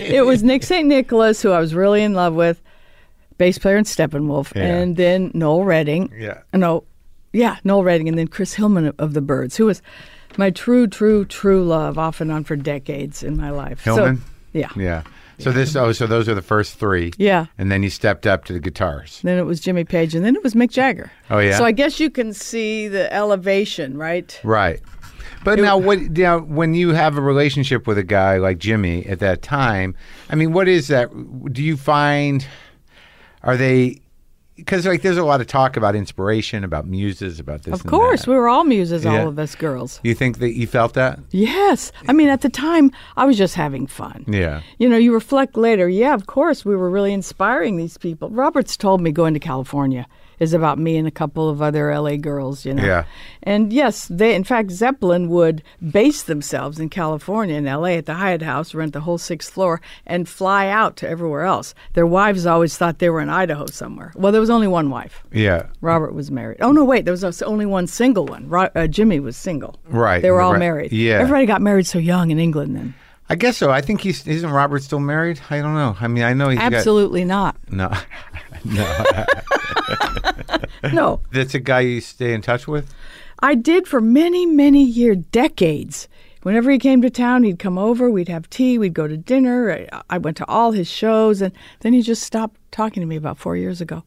it was Nick St. Nicholas, who I was really in love with, bass player in Steppenwolf, Yeah. and then Noel Redding. Yeah. No, yeah, Noel Redding, and then Chris Hillman of, of the Birds, who was my true, true, true love, off and on for decades in my life. Hillman? So, yeah. Yeah. So this. Oh, so those are the first three. Yeah. And then you stepped up to the guitars. Then it was Jimmy Page, and then it was Mick Jagger. Oh, yeah? So I guess you can see the elevation, right? Right. But now, what now when you have a relationship with a guy like Jimmy at that time? I mean, what is that? Do you find are they? Because like, there's a lot of talk about inspiration, about muses, about this. Of course, we were all muses, Yeah. all of us girls. you think that you felt that? Yes. I mean, at the time, I was just having fun. Yeah. You know, you reflect later, yeah, of course, we were really inspiring these people. Roberts told me going to California is about me and a couple of other LA girls, you know. Yeah. And yes, they in fact Zeppelin would base themselves in California in LA at the Hyatt House, rent the whole sixth floor, and fly out to everywhere else. Their wives always thought they were in Idaho somewhere. Well, there was only one wife. Yeah. Robert was married. Oh no, wait, there was only one single one. Ro- uh, Jimmy was single. Right, They were all right, married. yeah. Everybody got married so young in England then. I I guess so. I think he's isn't Robert still married? I don't know. I mean, I know he's Absolutely not. got no. No. That's a guy you stay in touch with. I did for many, many year decades. Whenever he came to town, he'd come over, we'd have tea, we'd go to dinner. I, I went to all his shows, and then he just stopped talking to me about four years ago.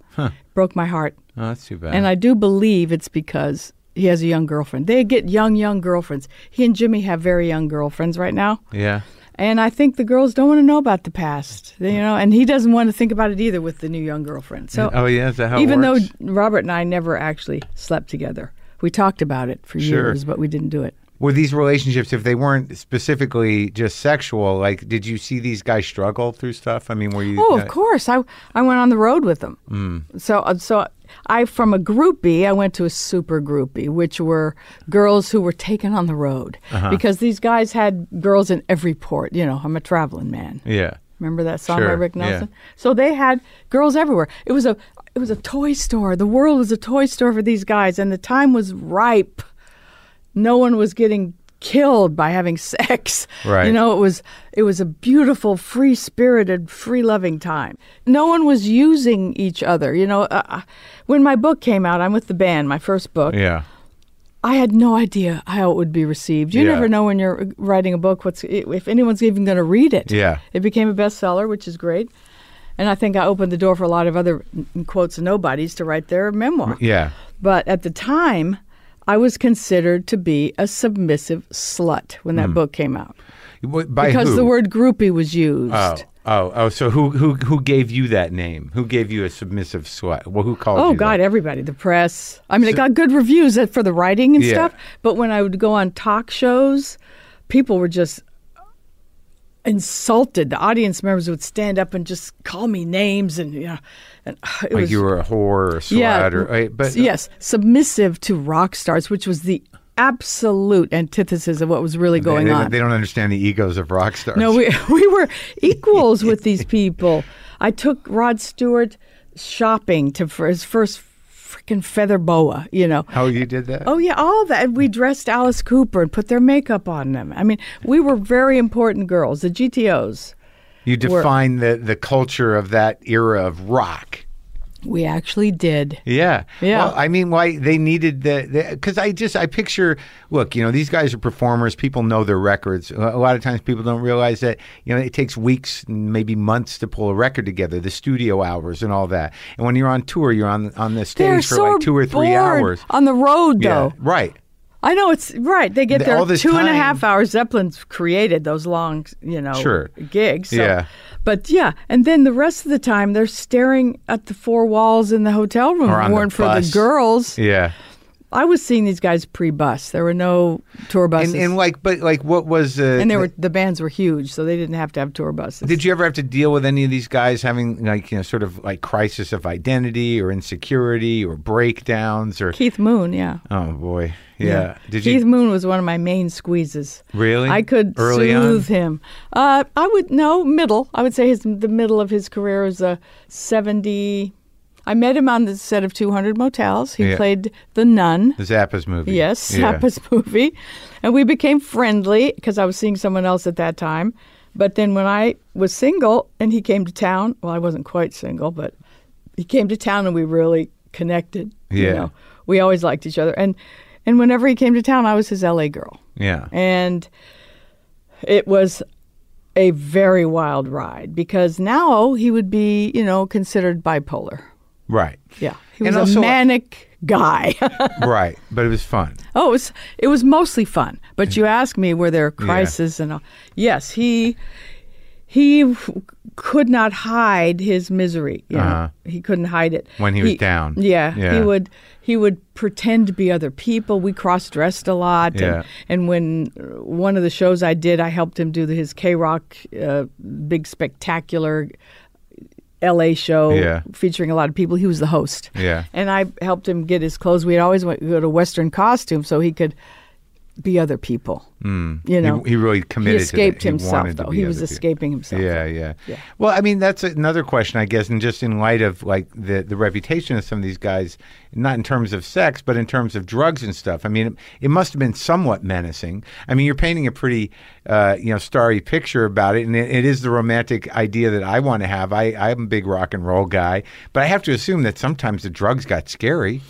Broke my heart. Oh, that's too bad. And I do believe it's because he has a young girlfriend. They get young, young girlfriends. He and Jimmy have very young girlfriends right now. yeah. And I think the girls don't want to know about the past, you know, and he doesn't want to think about it either with the new young girlfriend. So Oh, yeah. Is that how? it even works? though Robert and I never actually slept together, we talked about it for Sure. years, but we didn't do it. were these relationships, if they weren't specifically just sexual, like did you see these guys struggle through stuff? I mean, were you? Oh, uh, of course. I I went on the road with them. Mm. So uh, so I from a groupie, I went to a super groupie, which were girls who were taken on the road Uh-huh. because these guys had girls in every port. You know, I'm a traveling man. Yeah. Remember that song by Sure, Rick yeah. Nelson? So they had girls everywhere. It was a it was a toy store. The world was a toy store for these guys, and the time was ripe. No one was getting killed by having sex. Right. You know, it was it was a beautiful, free spirited, free loving time. No one was using each other. You know, uh, uh, when my book came out, I'm with the band, my first book. Yeah. I had no idea how it would be received. You Yeah. never know when you're uh, writing a book what's if anyone's even going to read it. Yeah. It became a bestseller, which is great. And I think I opened the door for a lot of other in quotes and nobodies to write their memoir. Yeah. But at the time, I was considered to be a submissive slut when that book came out What- Hmm. By because who? the word groupie was used. Oh, oh, oh! So who who who gave you that name? Who gave you a submissive slut? Well, who called you? Oh that? God, everybody, the press. I mean, it got good reviews at- for the writing and Yeah. stuff. But when I would go on talk shows, people were just insulted. The audience members would stand up and just call me names, and you know, and uh, it Like was you were a whore or a slut yeah, or eh, but yes, submissive to rock stars, which was the absolute antithesis of what was really they, going they- on. they don't understand the egos of rock stars. No, we we were equals with these people. I took Rod Stewart shopping to for his first freaking feather boa. You know. how you did that? Oh yeah, all that. And We dressed Alice Cooper and put their makeup on them. I mean, we were very important girls, the GTOs. you defined the the culture of that era of rock. We actually did. Yeah. Yeah. Well, I mean, why they needed the because I just I picture look, you know, these guys are performers. People know their records. A a lot of times, people don't realize that you know it takes weeks, and maybe months, to pull a record together. The studio hours and all that. And when you're on tour, you're on on the stage They're for so like two or three bored hours. on the road, Yeah. though. Right. I know it's right. They get The- their all this two and a half time- hours. Zeppelin's created those long, you know, Sure. gigs. so- Yeah. but yeah, and then the rest of the time they're staring at the four walls in the hotel room. Or on the worn for the bus. girls. Yeah. I was seeing these guys pre-bus. There were no tour buses, And, and like, but like, what was uh, And they were the bands were huge, so they didn't have to have tour buses. Did you ever have to deal with any of these guys having like you know sort of like crisis of identity or insecurity or breakdowns or Keith Moon, yeah. oh boy yeah, did Keith you Moon was one of my main squeezes. Really? I could Early soothe him. Uh, I would no middle. I would say his the middle of his career is a seventy. I met him on the set of Two Hundred Motels. He Yeah. played the nun. the Zappas movie Yes, Yeah. Zappa's movie, and we became friendly because I was seeing someone else at that time. But then when I was single and he came to town, well, I wasn't quite single, but he came to town and we really connected. Yeah. You know, we always liked each other, and and whenever he came to town, I was his L.A. girl, yeah and it was a very wild ride because now he would be, you know, considered bipolar. right Yeah, he was And a also- manic guy. right but it was fun Oh, it was it was mostly fun. But you asked me were there crises and all. Yes, he he w- could not hide his misery. You know? Uh-huh. He couldn't hide it When he was down. Yeah, Yeah. he would he would pretend to be other people. We cross dressed a lot. Yeah. And, and when uh, one of the shows I did, I helped him do the, his K Rock uh, big spectacular. LA show Yeah. featuring a lot of people. He was the host. Yeah. And I helped him get his clothes. We had always went, go to Western costume so he could be other people. You know, Hmm. he, he really he committed. escaped to that. He himself, wanted to though. be He other was people. escaping himself. Yeah, yeah, Yeah. Well, I mean, that's another question, I guess, and just in light of like the the reputation of some of these guys, not in terms of sex, but in terms of drugs and stuff. I mean, it, it must have been somewhat menacing. I mean, you're painting a pretty, uh, you know, starry picture about it, and it, it is the romantic idea that I want to have. I I'm a big rock and roll guy, but I have to assume that sometimes the drugs got scary.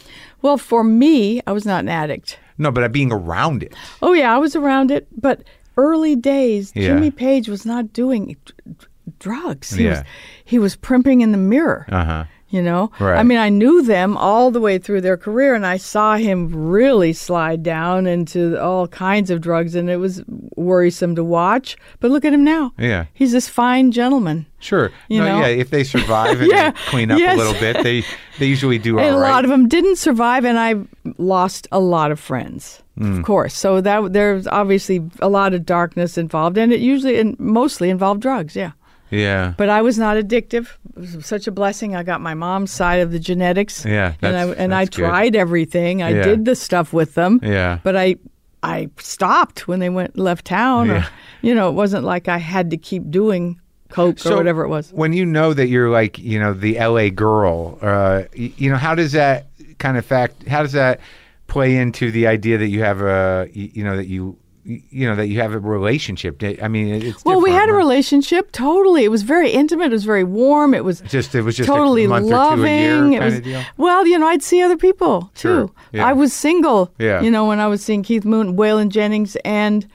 Well, for me, I was not an addict. No, but uh, being around it. Oh yeah, I was around it, but early days, Yeah. Jimmy Page was not doing d- d- drugs. He Yeah. was he was primping in the mirror. Uh huh. You know, Right. I mean, I knew them all the way through their career, and I saw him really slide down into all kinds of drugs, and it was worrisome to watch. But look at him now. Yeah. he's this fine gentleman. Sure. You no, know? yeah. If they survive and Yeah. they clean up Yes. a little bit, they they usually do all right. and a lot of them didn't survive, and I lost a lot of friends, Hmm. of course. So that there's obviously a lot of darkness involved, and it usually and mostly involved drugs. Yeah, yeah. but I was not addictive. It was such a blessing. I got my mom's side of the genetics. Yeah, and I that's- and I that's good. tried everything. I Yeah. did the stuff with them. Yeah. but I. I stopped when they went left town. Yeah. Or, you know, it wasn't like I had to keep doing coke or whatever it was. When you know that you're like, you know, the LA girl, uh, y- you know, how does that kind of fact? How does that play into the idea that you have a, y- you know, that you, y- you know, that you have a relationship? I I mean, it's Well, we had different, a right? relationship. Totally, it was very intimate. It was very warm. It was Just- it was just a totally month or two a loving. year it was kinda deal? well, you know, I'd see other people Sure, too. yeah. I was single. Yeah. you know, when I was seeing Keith Moon, Waylon Jennings, and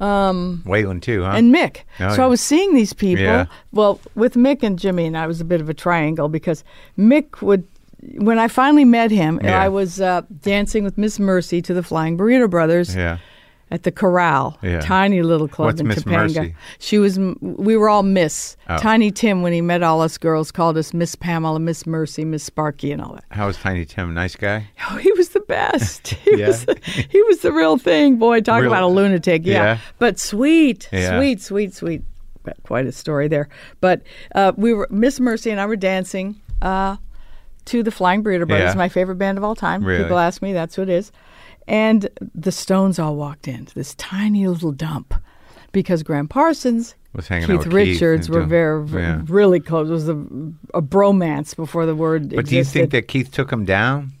Waylon too, huh? and Mick. Oh, so yeah. I was seeing these people. Yeah. Well, with Mick and Jimmy, and I was a bit of a triangle because Mick would. When I finally met him, Yeah. I was uh, dancing with Miss Mercy to the Flying Burrito Brothers yeah. at the Corral, Yeah. tiny little club What's in Miss Topanga. Mercy? She was. m- We were all Miss. Oh. Tiny Tim, when he met all us girls, called us Miss Pamela, Miss Mercy, Miss Sparky, and all that. How was Tiny Tim? Nice guy. Oh, he was the best. He Yeah. was. The, he was the real thing, boy. Talk Real- about a lunatic. Yeah, Yeah. but sweet, Yeah. sweet, sweet, sweet. Quite a story there. But uh, we were Miss Mercy and I were dancing. Uh, to the Flying Burrito Brothers, Yeah. my favorite band of all time. Really? People ask me, that's who it is. And the Stones all walked into this tiny little dump because Graham Parsons, Was hanging out Keith with Keith Richards and were doing- very, v- yeah. really close. It was a, a bromance before the word But do you think that Keith took him down?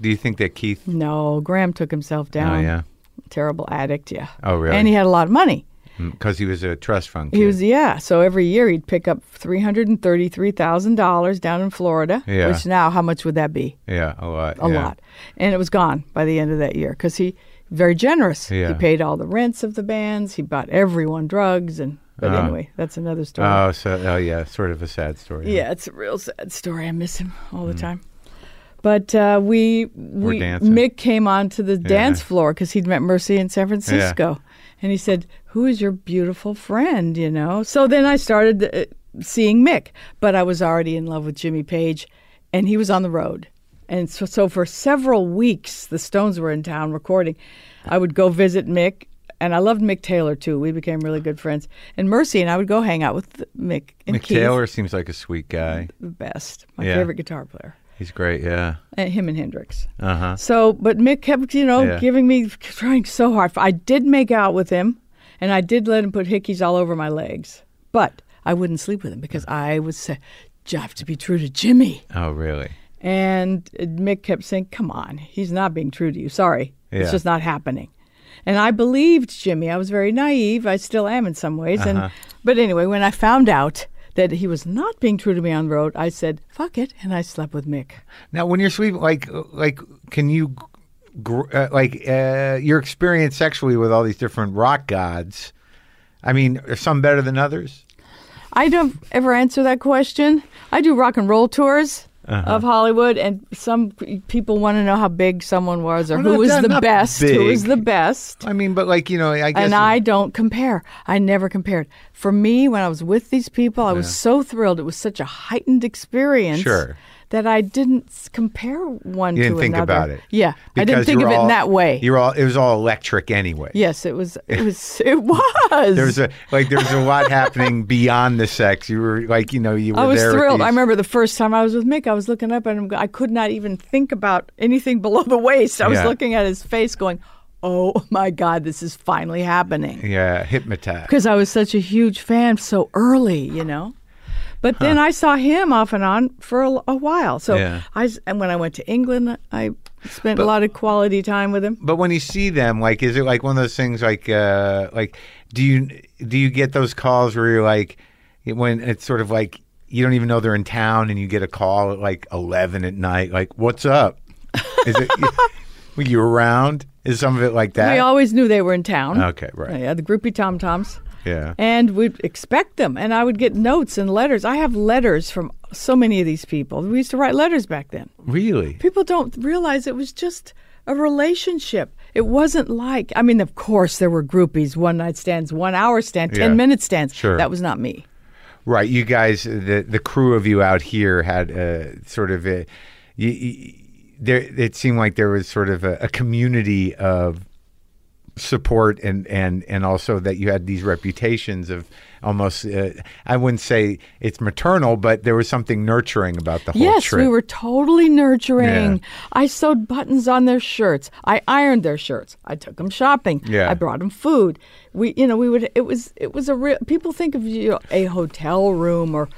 Do you think that Keith? No, Graham took himself down. Oh yeah, Terrible addict, yeah. Oh, really? And he had a lot of money. because mm, he was a trust fund. He kid. was yeah. So every year he'd pick up three hundred and thirty-three thousand dollars down in Florida. Yeah. Which now, how much would that be? yeah, a lot. A yeah. lot. And it was gone by the end of that year because he very generous. Yeah. He paid all the rents of the bands. He bought everyone drugs and. But anyway, that's another story. Uh-huh. Oh, so oh yeah, sort of a sad story. huh? Yeah, it's a real sad story. I miss him all the time. But uh, we, we Mm. dancing. Mick came onto the dance floor because he'd met Mercy in San Francisco, and he said, "Who is your beautiful friend?" You know. So then I started uh, seeing Mick, but I was already in love with Jimmy Page, and he was on the road, and so, so for several weeks the Stones were in town recording. I would go visit Mick. And I loved Mick Taylor too. We became really good friends. And Mercy and I would go hang out with Mick and Mick Keith Taylor seems like a sweet guy. the best. My Yeah. favorite guitar player, He's great. Yeah. uh, him and Hendrix. Uh huh. So, but Mick kept, you know, Yeah. giving me trying so hard. I did make out with him, and I did let him put hickeys all over my legs. But I wouldn't sleep with him because I would say, "You have to be true to Jimmy." Oh really? And Mick kept saying, "Come on, he's not being true to you. Sorry, Yeah. it's just not happening." And I believed Jimmy. I was very naive. I still am in some ways. Uh-huh. And but anyway, when I found out that he was not being true to me on the road, I said, "Fuck it," and I slept with Mick. Now, when you're sleeping, like, like, can you, gr- uh, like, uh, your experience sexually with all these different rock gods? I mean, are some better than others? I don't ever answer that question. I do rock and roll tours. Uh-huh. Of Hollywood, and some p- people want to know how big someone was or Well, who not- was not- the not best. Who was big. the best? I mean, but like, you know, I guess. and I don't compare. I never compared. For me, when I was with these people, I was so thrilled. It was such a heightened experience Sure. that I didn't s- compare one You to didn't think another. about it. Yeah, I because didn't think you're of it all- in that way. You're all. It was all electric anyway. Yes, it was. It was. It was. There's a like. There's a lot happening beyond the sex. You were like, you know, you were I was there. with thrilled. I these- remember the first time I was with Mick, I was looking up and I could not even think about anything below the waist. I was Yeah. looking at his face, going, oh my God, this is finally happening. Yeah, hypnotized. because I was such a huge fan so early, you know. But then I saw him off and on for a, a while. So Yeah. I s- and when I went to England, I spent a lot of quality time with him. But when you see them, like, is it like one of those things? Like, uh, like, do you do you get those calls where you're like, when it's sort of like you don't even know they're in town, and you get a call at like eleven at night, like, "What's up? Is it were you around? Is some of it like that? We always knew they were in town. Okay, right. Yeah, the groupie Tom Toms. yeah, And we'd expect them. And I would get notes and letters. I have letters from so many of these people. We used to write letters back then. really. people don't realize it was just a relationship. It wasn't like, I mean, of course, there were groupies, one night stands, one hour stand, 10 Yeah. minute stands. Sure. That was not me. Right, you guys, the the crew of you out here had uh, sort of a, you, you, there. It seemed like there was sort of a, a community of support and and and also that you had these reputations of almost. Uh, I wouldn't say it's maternal, but there was something nurturing about the whole yes, trip. we were totally nurturing. Yeah. I sewed buttons on their shirts. I ironed their shirts. I took them shopping. Yeah. I brought them food. We, you know, we would. It was, it was a real. People think of you know, a hotel room or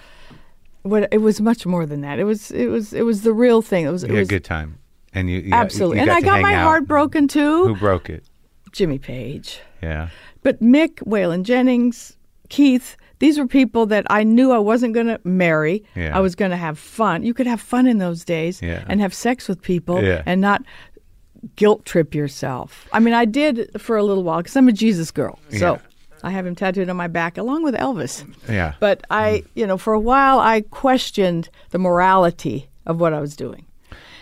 what. It was much more than that. It was, it was, it was the real thing. It was, it You had a was good time, and you, you got- absolutely. you and I to got hang my out. heart broken too. Who broke it? Jimmy Page. Yeah, But Mick, Waylon Jennings, Keith, these were people that I knew I wasn't going to marry. Yeah. I was going to have fun. You could have fun in those days Yeah. and have sex with people Yeah. and not guilt trip yourself. I mean, I did for a little while because I'm a Jesus girl. So Yeah. I have him tattooed on my back along with Elvis. yeah. Mm. But I, you know, for a while I questioned the morality of what I was doing.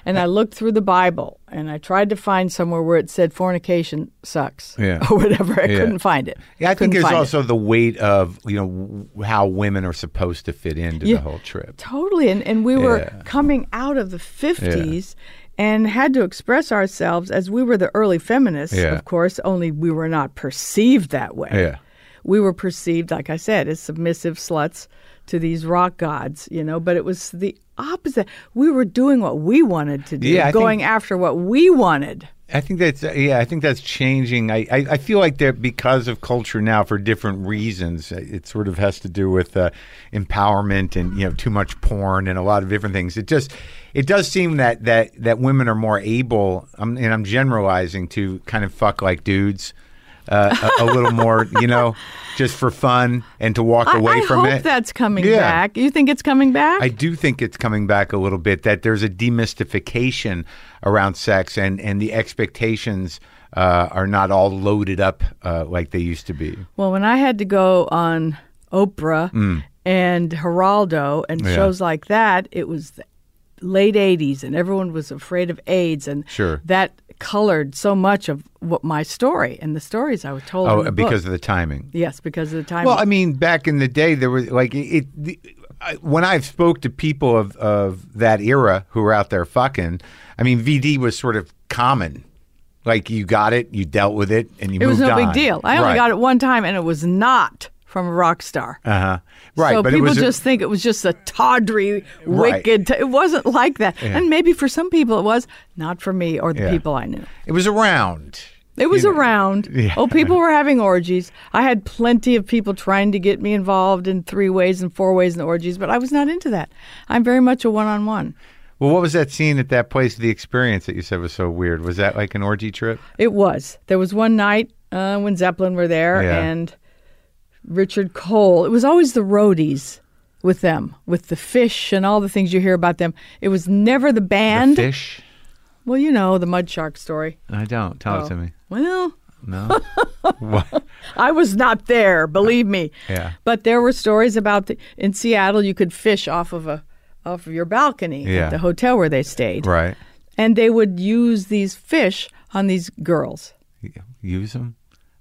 And I looked through the Bible and I tried to find somewhere where it said fornication sucks Yeah. or whatever. I Yeah. couldn't find it. Yeah, I think Couldn't there's find it. also the weight of you know w- how women are supposed to fit into Yeah. the whole trip. Totally. And, and we were Yeah. coming out of the 50s and had to express ourselves as we were the early feminists, Yeah. of course, only we were not perceived that way. Yeah. We were perceived, like I said, as submissive sluts to these rock gods, you know, but it was the opposite. We were doing what we wanted to do, Yeah, I going after what we wanted. I think that's yeah. I think that's changing. I, I, I feel like that because of culture now, for different reasons, it sort of has to do with uh, empowerment and you know too much porn and a lot of different things. It just it does seem that that that women are more able. I'm, and I'm generalizing to kind of fuck like dudes uh, a, a little more, you know, just for fun and to walk I, away I from hope it. that's coming Yeah. back. You think it's coming back? I do think it's coming back a little bit that there's a demystification around sex and, and the expectations uh, are not all loaded up uh, like they used to be. Well, when I had to go on Oprah and Geraldo and Mm. Yeah. shows like that, it was the late 80s and everyone was afraid of AIDS. And Sure. that colored so much of what my story and the stories I was told. in Oh, the because book. of the timing. Yes, because of the time. Well, I mean, back in the day, there was like it. it the, I, when I spoke to people of, of that era who were out there fucking, I mean, VD was sort of common. Like you got it, you dealt with it, and you it was moved no big on. deal. I only Right. got it one time and it was not from a rock star. Uh-huh. Right, so but it people was a- just think it was just a tawdry, Right. wicked. it wasn't like that, and maybe for some people it was, not for me or the Yeah. people I knew. it was around. It was You know, around. yeah. Oh, people were having orgies. I had plenty of people trying to get me involved in three ways and four ways and orgies, but I was not into that. I'm very much a one on one. Well, what was that scene at that place? The experience that you said was so weird. Was that like an orgy trip? It was. There was one night uh, when Zeppelin were there Yeah. and Richard Cole. It was always the roadies with them, with the fish and all the things you hear about them. It was never the band. the fish? Well, you know, the mud shark story. I don't. Tell Oh. it to me. Well, No. What? I was not there, believe me. Yeah. But there were stories about the, in Seattle you could fish off of a off of your balcony Yeah. at the hotel where they stayed. Right. And they would use these fish on these girls. Use them.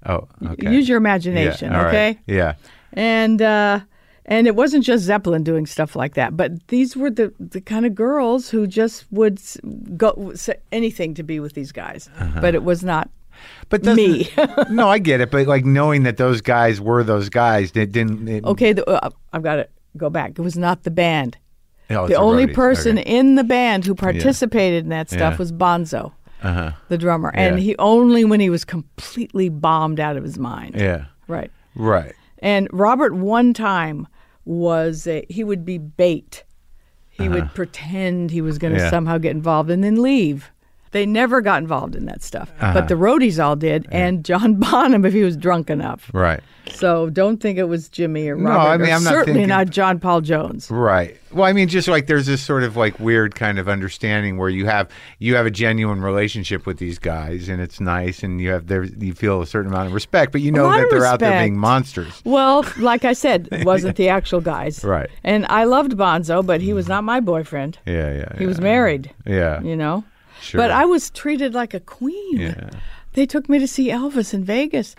Oh. Okay. Use your Yeah, imagination, all right. okay? Yeah. And uh and it wasn't just Zeppelin doing stuff like that, but these were the, the kind of girls who just would s- go say anything to be with these guys. Uh-huh. But it was not But doesn't- Me. no, I get it. But like knowing that those guys were those guys, that didn't. It, okay. The, uh, I've got to go back. It was not the band. oh, it's the only roadies. person Okay. in the band who participated in that stuff Yeah. Uh-huh. was Bonzo. the drummer, and Yeah. he only when he was completely bombed out of his mind. Yeah. Right. Right. And Robert, one time, was a, he would be bait. He would pretend he was going to Uh-huh. Yeah. somehow get involved and then leave. They never got involved in that stuff, Uh-huh. but the roadies all did, and John Bonham if he was drunk enough. Right. So don't think it was Jimmy or Robert. I mean, or I'm not certainly thinking- not John Paul Jones. Right. Well, I mean, just like there's this sort of like weird kind of understanding where you have you have a genuine relationship with these guys, and it's nice, and you have there you feel a certain amount of respect, but you know lot that of they're out there respect. being monsters. Well, like I said, wasn't the actual guys. Right. And I loved Bonzo, but he was not my boyfriend. Yeah. Yeah. He was married, Yeah. you know? Sure. But I was treated like a queen. Yeah. They took me to see Elvis in Vegas.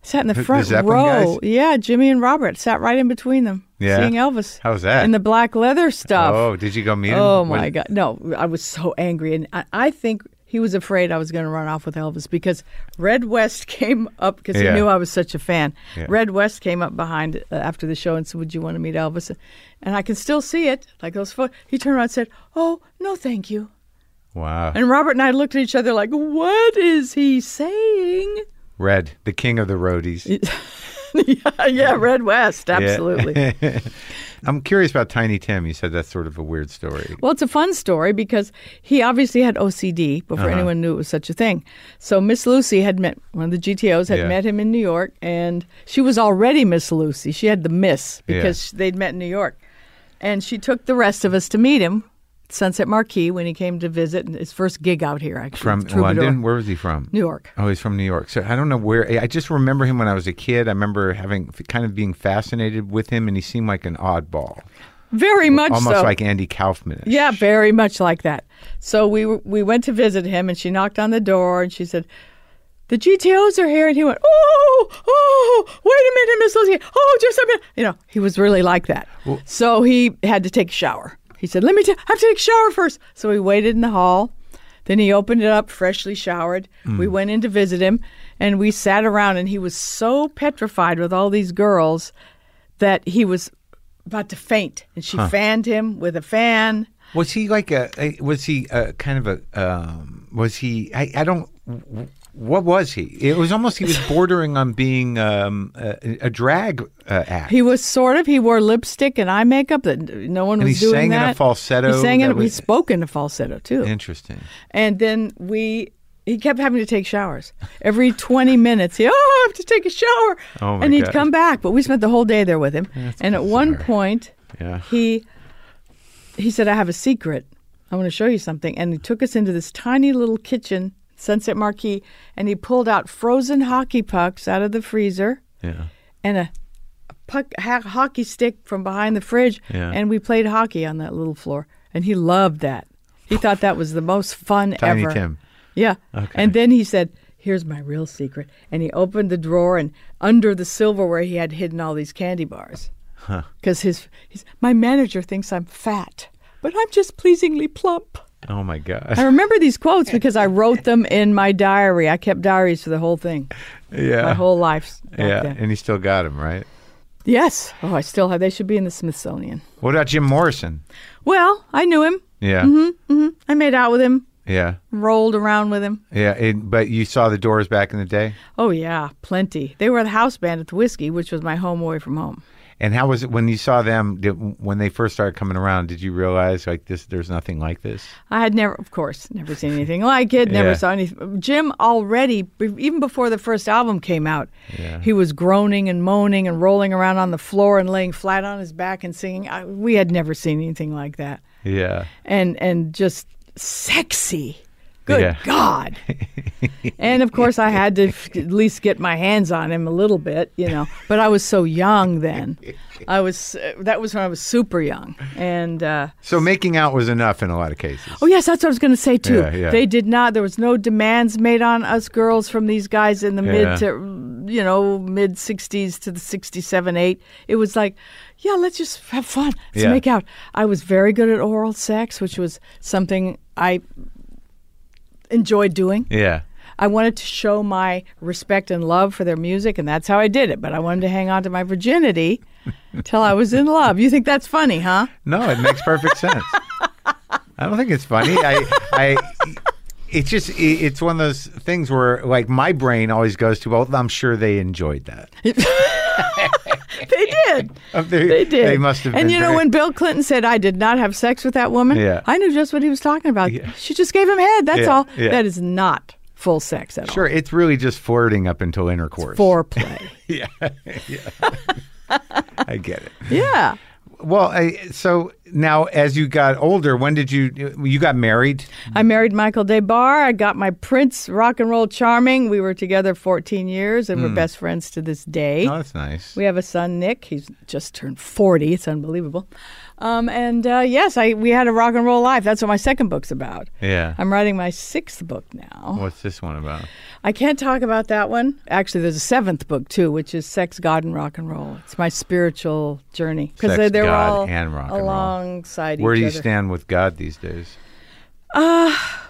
Sat in the the front Zeppelin guys? row. Yeah, Jimmy and Robert sat right in between them. Yeah? Seeing Elvis. How's that? In the black leather stuff. Oh, did you go meet him? Oh Was- my God! No, I was so angry, and I, I think he was afraid I was going to run off with Elvis because Red West came up because Yeah. he knew I was such a fan. Yeah. Red West came up behind uh, after the show and said, "Would you want to meet Elvis?" And I can still see it, like those. Pho- he turned around and said, "Oh no, thank you." Wow. And Robert and I looked at each other like, "What is he saying?" Red, the king of the roadies. yeah, yeah, Red West, absolutely. I'm curious about Tiny Tim. You said that's sort of a weird story. Well, it's a fun story because he obviously had OCD before Uh-huh. anyone knew it was such a thing. So Miss Lucy had met one of the GTOs had Yeah. met him in New York, and she was already Miss Lucy. She had the Miss Yeah. because they'd met in New York, and she took the rest of us to meet him at Sunset Marquee when he came to visit and his first gig out here actually From Troubadour. London? Where was he from? New York. Oh, he's from New York. So I don't know where. I just remember him when I was a kid. I remember having kind of being fascinated with him, and he seemed like an oddball, Very much almost so. like Andy Kaufman. Yeah, very much like that. So we were, we went to visit him, and she knocked on the door, and she said, "The GTOs are here." And he went, "Oh, oh, wait a minute, Miss Lucy. Oh, just a minute." You know, he was really like that. So he had to take a shower. He said, "Let me. T- I have to take a shower first. So we waited in the hall. Then he opened it up, freshly showered. We went in to visit him, and we sat around, and he was so petrified with all these girls that he was about to faint. And she fanned him with a fan. Was he like a? a- Was he a kind of a? Um, was he? I, I don't. What was he? It was almost he was bordering on being um, a, a drag uh, act. He was sort of. He wore lipstick and eye makeup that no one And was he doing sang in a that. falsetto He sang in. that he was- spoke in a falsetto too. Interesting. and then we. He kept having to take showers every 20 minutes. He, oh, I have to take a shower. Oh, my and he'd God. come back, but we spent the whole day there with him. and at one point, Yeah. he he said, "I have a secret. I want to show you something." And he took us into this tiny little kitchen, Sunset Marquee, and he pulled out frozen hockey pucks out of the freezer Yeah. and a, a puck ha- hockey stick from behind the fridge, Yeah. and we played hockey on that little floor, and he loved that. He thought that was the most fun Tiny ever. Tim. Yeah. And then he said, "Here's my real secret," and he opened the drawer, and under the silverware he had hidden all these candy bars. Because his, his my manager thinks I'm fat, but I'm just pleasingly plump. Oh my I god. remember these quotes because I wrote them in my diary. I kept diaries for the whole thing, Yeah. my whole life. back yeah. then. And he still got him right. Yes. Oh, I still have. They should be in the Smithsonian. What about Jim Morrison? Well, I knew him. Yeah. Mm-hmm. I made out with him, Yeah. rolled around with him. Yeah. And, but you saw the Doors back in the day, Oh yeah, plenty. They were the house band at the Whiskey, which was my home away from home. and how was it when you saw them? Did, when they first started coming around, did you realize like this? There's nothing like this. I had never, of course, never seen anything like it. Never Yeah. saw anything. Jim already, be- even before the first album came out, he was groaning and moaning and rolling around on the floor and laying flat on his back and singing. I, we had never seen anything like that, Yeah. and and just sexy. Good Yeah. God. And of course, I had to f- at least get my hands on him a little bit, you know. But I was so young then. I was uh, that was when I was super young. And uh, So making out was enough in a lot of cases. oh yes, that's what I was going to say too. Yeah, yeah. They did not. There was no demands made on us girls from these guys in the Yeah. mid to you know mid '60s to the '67, '8. It was like. Yeah, let's just have fun. Let's Yeah. make out. I was very good at oral sex, which was something I enjoyed doing. Yeah. I wanted to show my respect and love for their music, and that's how I did it. But I wanted to hang on to my virginity till I was in love. You think that's funny, huh? No, it makes perfect sense. I don't think it's funny. I, I, it's just it, it's one of those things where like my brain always goes to well i'm sure they enjoyed that Uh, They did. they, They did. they must have And been you know, very- when Bill Clinton said, I did not have sex with that woman, Yeah. I knew just what he was talking about. She just gave him head. That's Yeah, all. yeah. That is not full sex at all. sure it's really just flirting up until intercourse Foreplay. i get it yeah. well I, so now as you got older when did you you got married I married Michael DeBar. I got my Prince Rock and Roll Charming. We were together 14 years and we're best friends to this day. oh that's Hmm. nice We have a son, Nick. He's just turned 40. It's unbelievable. Um, and uh, yes, I we had a rock and roll life. That's what my second book's about. yeah I'm writing my sixth book now. what's this one about I can't talk about that one. Actually, there's a seventh book too, which is Sex, God, and Rock and Roll. It's my spiritual journey because Sex, they're, they're God, all and rock and roll. alongside where each do you other. stand with god these days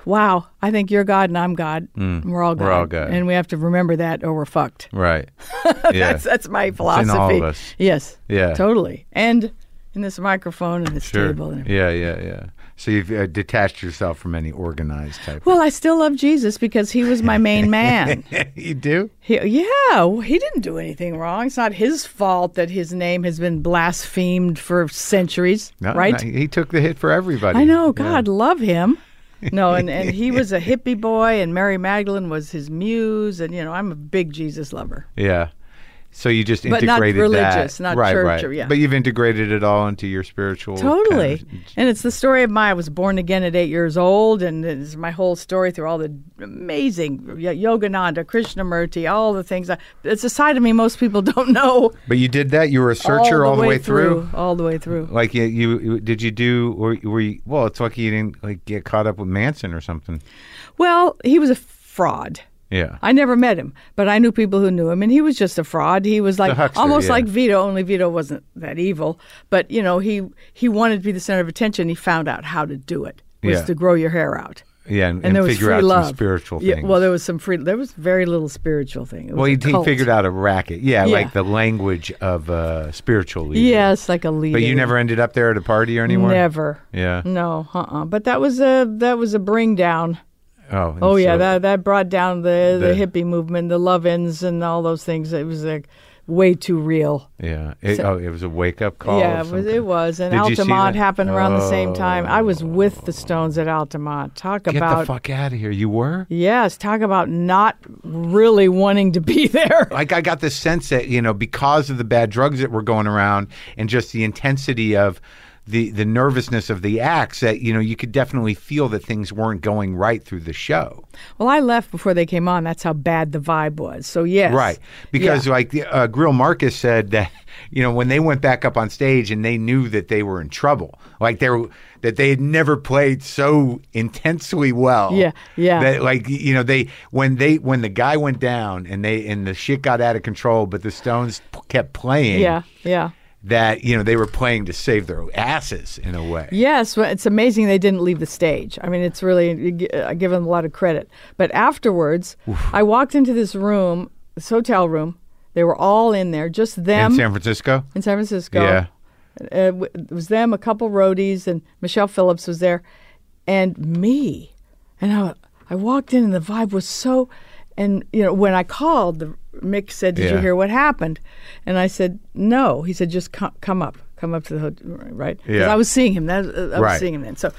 Wow, I think you're God and I'm God. and We're all God. Mm, We're all God. and we have to remember that, or we're fucked. right yeah That's that's my philosophy. all of us. Yes. Yeah. Totally. And in this microphone and this sure table. And everything. yeah yeah yeah so you've uh, detached yourself from any organized type well, I still love Jesus because he was my main man. you do He, yeah, well, he didn't do anything wrong. It's not his fault that his name has been blasphemed for centuries, No, right? no, he took the hit for everybody I know. Yeah. God, love him. No, and, and he was a hippie boy, and Mary Magdalene was his muse, and you know I'm a big Jesus lover. Yeah. So you just But integrated not that. religious, not right, church right. or- yeah. But you've integrated it all into your spiritual. kind of- Totally. and it's the story of my, I was born again at eight years old, and it's my whole story through all the amazing y- Yogananda, Krishnamurti, all the things. I, it's a side of me most people don't know. but you did that. You were a searcher all the, way, through. All the way through. Like you, you, you- did you do or were you? Well, it's lucky you didn't like get caught up with Manson or something. Well, he was a fraud. Yeah. I never met him, but I knew people who knew him, and he was just a fraud. He was like huckster, almost yeah. like Vito, only Vito wasn't that evil. But you know, he he wanted to be the center of attention. He found out how to do it was Yeah. to grow your hair out. yeah, and, and, there was figure free out love. some spiritual Yeah, things. well, there was some free. There was very little spiritual thing. It was well, he, a he cult. figured out a racket. Yeah, Yeah. like the language of uh, spiritual leader. Yes, like a leader. But you never ended up there at a party or anywhere. never. Yeah. No, uh, uh But that was a that was a bring down. Oh. and Oh yeah, so- that that brought down the, the The- hippie movement, the love-ins, and all those things. It was like way too real. yeah. It, oh, it was a wake up call. yeah, of it was, something. it was. And Did you see Altamont that? happened around the same time. I was Oh. with the Stones at Altamont. Talk Get about the fuck out of here. You were. yes, talk about not really wanting to be there. like I got this sense that you know because of the bad drugs that were going around and just the intensity of the the nervousness of the acts that you know you could definitely feel that things weren't going right through the show Well, I left before they came on. That's how bad the vibe was. So yes, right because like uh, Grill Marcus said that you know when they went back up on stage and they knew that they were in trouble like they were that they had never played so intensely well Yeah, yeah. that like you know they when they when the guy went down and they and the shit got out of control but the Stones p- kept playing yeah, yeah. that you know they were playing to save their asses in a way. Yes, well, it's amazing they didn't leave the stage. I mean, it's really, I give them a lot of credit. But afterwards, I walked into this room, this hotel room. They were all in there, just them In San Francisco, in San Francisco. Yeah. Uh, w- it was them, a couple roadies, and Michelle Phillips was there, and me. And I, I walked in, and the vibe was so. And you know, when I called, the, Mick said, "Did you Yeah. hear what happened?" And I said, "No." He said, "Just come, come up, come up to the hotel, right?" 'Cause Yeah. I was seeing him. That, uh, I was Right. seeing him then. So.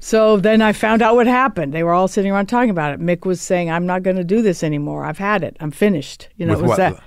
So then I found out what happened. They were all sitting around talking about it. Mick was saying, "I'm not going to do this anymore. I've had it. I'm finished." You know, With it was what? that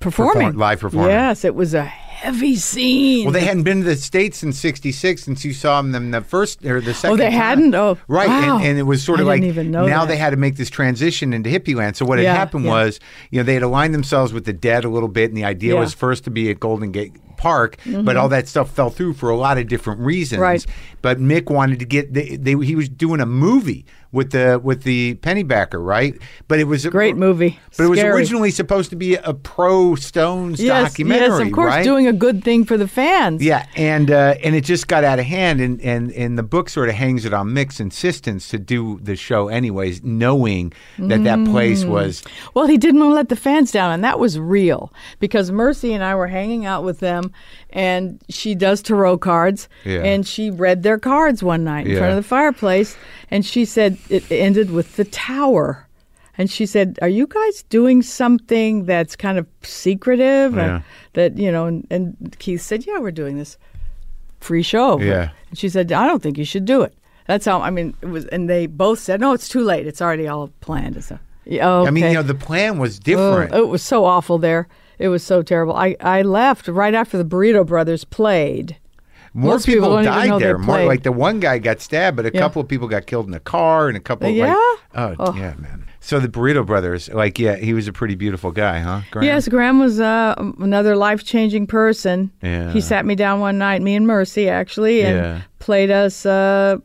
performing Perform- live performing. Yes, it was a heavy scene. well, they hadn't been to the states since '66 since you saw them the first or the second. Oh, they time. hadn't? Oh, right. wow. And, and it was sort of I like didn't even know now that. they had to make this transition into hippie land. So what Yeah, had happened yeah. was, you know, they had aligned themselves with the dead a little bit, and the idea Yeah. Mm-hmm. was first to be at Golden Gate Park, but all that stuff fell through for a lot of different reasons. Right. But Mick wanted to get they, they he was doing a movie with the with the Pennybacker, right? But it was a Great movie. But it was Scary. originally supposed to be a pro Stones yes, documentary, yes, of course, right? doing a good thing for the fans. yeah, and uh, and it just got out of hand, and, and, and the book sort of hangs it on Mick's insistence to do the show anyways, knowing that that place Mm. was Well, he didn't want to let the fans down, and that was real because Mercy and I were hanging out with them, and she does tarot cards, Yeah. and she read their cards one night in Yeah. front of the fireplace, and she said, it ended with the tower. And she said, "Are you guys doing something that's kind of secretive?" Yeah. And that you know, and, and Keith said, "Yeah, we're doing this free show." Yeah. And she said, "I don't think you should do it." That's how I mean. It was, and they both said, "No, it's too late. It's already all planned." And so, yeah, okay. I mean, you know, the plan was different. Oh, it was so awful there. It was so terrible. I, I left right after the Burrito Brothers played. More most people people, don't even know died they there. More played. like the one guy got stabbed, but a Yeah. couple of people got killed in a car, and a couple. Yeah? Like, oh, yeah, man. So the Burrito Brothers, like, yeah, he was a pretty beautiful guy, huh? Graham? Yes, Graham was uh, another life changing person. Yeah. He sat me down one night, me and Mercy actually, and Yeah. played us uh,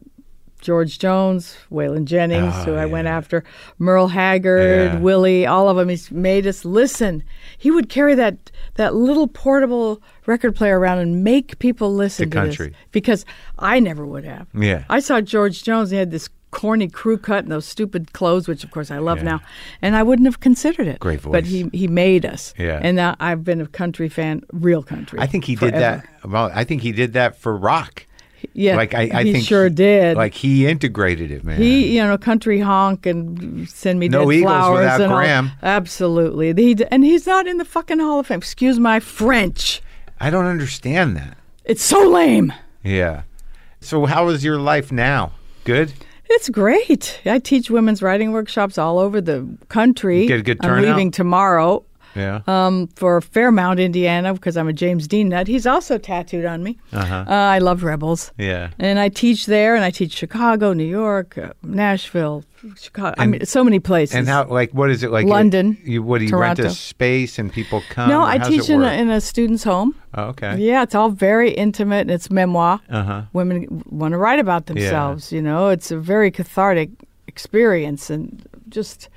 George Jones, Waylon Jennings, Oh, who I went yeah. after, Merle Haggard, Yeah. Willie, all of them. He's made us listen. He would carry that that little portable record player around and make people listen The to country. this because I never would have. Yeah. I saw George Jones. He had this corny crew cut and those stupid clothes, which of course I love Yeah. now, and I wouldn't have considered it. Great But voice. he he made us. Yeah. And now I've been a country fan, real country. I think he forever. did that. Well, I think he did that for rock. Yeah. like I, I he think sure he- did. Like he integrated it, man. he, you know, country honk and send me No dead Eagles flowers without and all- Graham. Absolutely. He d- and he's not in the fucking Hall of Fame. Excuse my French. I don't understand that. It's so lame. Yeah. So how is your life now? Good. It's great. I teach women's writing workshops all over the country. Get a good I'm turnout? leaving tomorrow. Yeah. um, for Fairmount, Indiana, because I'm a James Dean nut. He's also tattooed on me. Uh-huh. Uh, I love Rebels. yeah. And I teach there, and I teach Chicago, New York, uh, Nashville, Chicago. I mean, so many places. And how? Like, what is it like? London, you what do you rent a Toronto. space and people come? no, or I um, how's teach it in a, work? in a student's home. oh, okay. Yeah, it's all very intimate, and it's memoir. Uh-huh. Women want to write about themselves. You know, it's a very cathartic experience, and just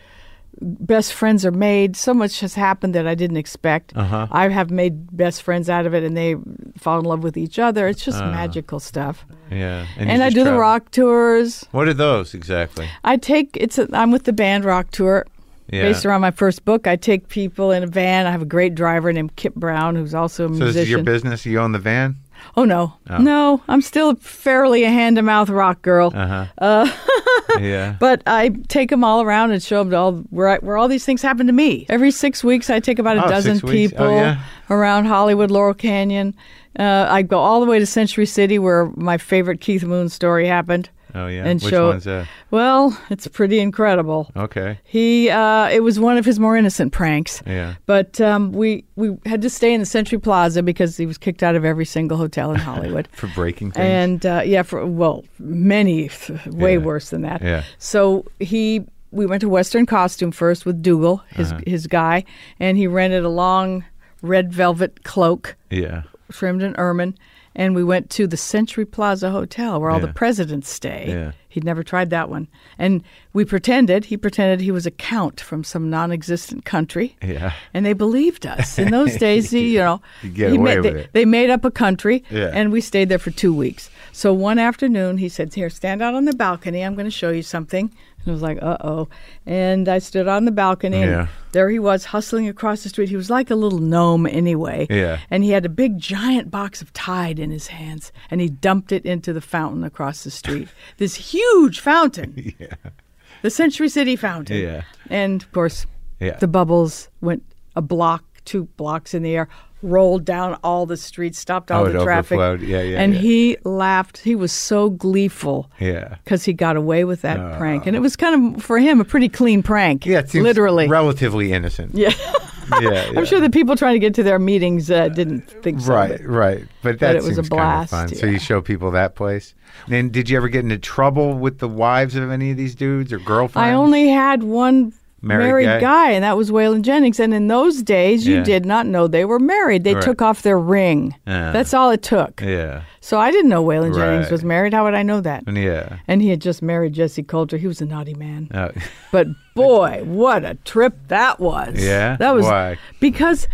best friends are made. So much has happened that I didn't expect. Uh-huh. I have made best friends out of it, and they fall in love with each other. It's just magical stuff. Yeah. Uh. you And I just do the travel. rock tours. What are those exactly? I take it's. A, I'm with the band rock tour. Yeah. Based around my first book, I take people in a van. I have a great driver named Kip Brown, who's also a so this musician. is your business. You own the van. Oh no, no, I'm still fairly a hand to mouth rock girl. Uh-huh. Uh, yeah. But I take them all around and show them to all where, I, where all these things happen to me. Every six weeks, I take about a Oh, dozen six weeks. people Oh, yeah. around Hollywood, Laurel Canyon. Uh, I go all the way to Century City, where my favorite Keith Moon story happened. Oh yeah. And Which show one's that? well, it's pretty incredible. Okay. He uh, it was one of his more innocent pranks. Yeah. But um, we we had to stay in the Century Plaza because he was kicked out of every single hotel in Hollywood. For breaking things. and uh, yeah, for well, many f- way Yeah. worse than that. Yeah. So he, we went to Western costume first with Dougal, his Uh-huh. his guy, and he rented a long red velvet cloak yeah. trimmed in ermine, and we went to the Century Plaza Hotel where all Yeah. the presidents stay. Yeah. He'd never tried that one, and we pretended. He pretended he was a count from some non-existent country Yeah. and they believed us. In those days, you, you know, You get he away made, with they, it. they made up a country, Yeah. and we stayed there for two weeks. So one afternoon, he said, "Here, stand out on the balcony. I'm going to show you something." And I was like, "Uh oh!" And I stood on the balcony, Yeah. and there he was hustling across the street. He was like a little gnome, anyway. Yeah. And he had a big, giant box of Tide in his hands, and he dumped it into the fountain across the street. this huge fountain. Yeah. The Century City fountain. Yeah. And of course, Yeah. the bubbles went a block, two blocks in the air, rolled down all the streets, stopped all Oh, the it traffic. overflowed. Yeah, yeah, and yeah. he laughed. He was so gleeful Yeah. Ah. because he got away with that prank. And it was kind of, for him, a pretty clean prank. Yeah. It seems literally. Relatively innocent. yeah. Yeah. yeah. I'm sure the people trying to get to their meetings uh, didn't think so. Right, but- right, but that it was a seems kind of blast, fun. So you yeah. show people that place. And did you ever get into trouble with the wives of any of these dudes or girlfriends? I only had one Married married, guy? guy. and that was Waylon Jennings. And in those days, you Yeah. did not know they were married. They Right. took off their ring. Yeah. That's all it took. Yeah, So I didn't know Waylon Jennings Right. was married. How would I know that? yeah. And he had just married Jesse Coulter. He was a naughty man. Oh, But boy, what a trip that was. Yeah? That was Why? because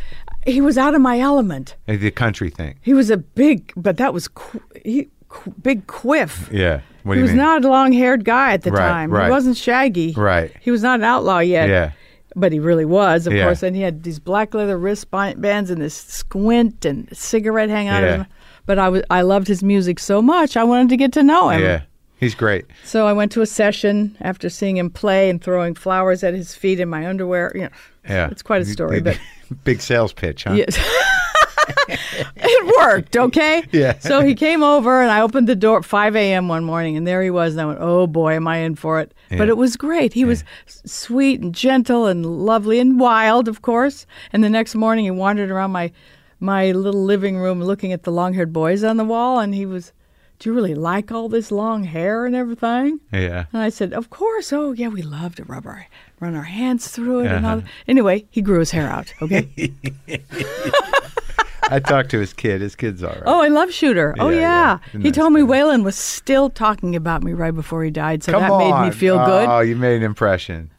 he was out of my element. the country thing. He was a big, but that was qu- he, qu- big quiff. Yeah. What do He you was mean? not a long-haired guy at the Right, time. right. He wasn't shaggy. Right. He was not an outlaw yet. Yeah. But he really was, of Yeah. course. And he had these black leather wristbands and this squint and cigarette hang out of Yeah. him. But I was I loved his music so much. I wanted to get to know him. Yeah. He's great. So I went to a session after seeing him play and throwing flowers at his feet in my underwear. You know, Yeah. it's quite a story, but big sales pitch, huh? Yes. it worked, okay? Yeah. So he came over and I opened the door at 5 a.m. one morning and there he was. And I went, oh boy, am I in for it? But it was great. He was s- sweet and gentle and lovely and wild, of course. And the next morning he wandered around my, my little living room looking at the long haired boys on the wall and he was, do you really like all this long hair and everything? Yeah. And I said, "Of course. Oh, yeah, we love to rub our run our hands through it and all." that." Anyway, he grew his hair out. Okay. I talked to his kid. His kid's all right. Oh, I love Shooter. oh, Yeah, yeah. yeah. He Nice told me Waylon was still talking about me right before he died, so Come that on. made me feel Oh, you made an impression.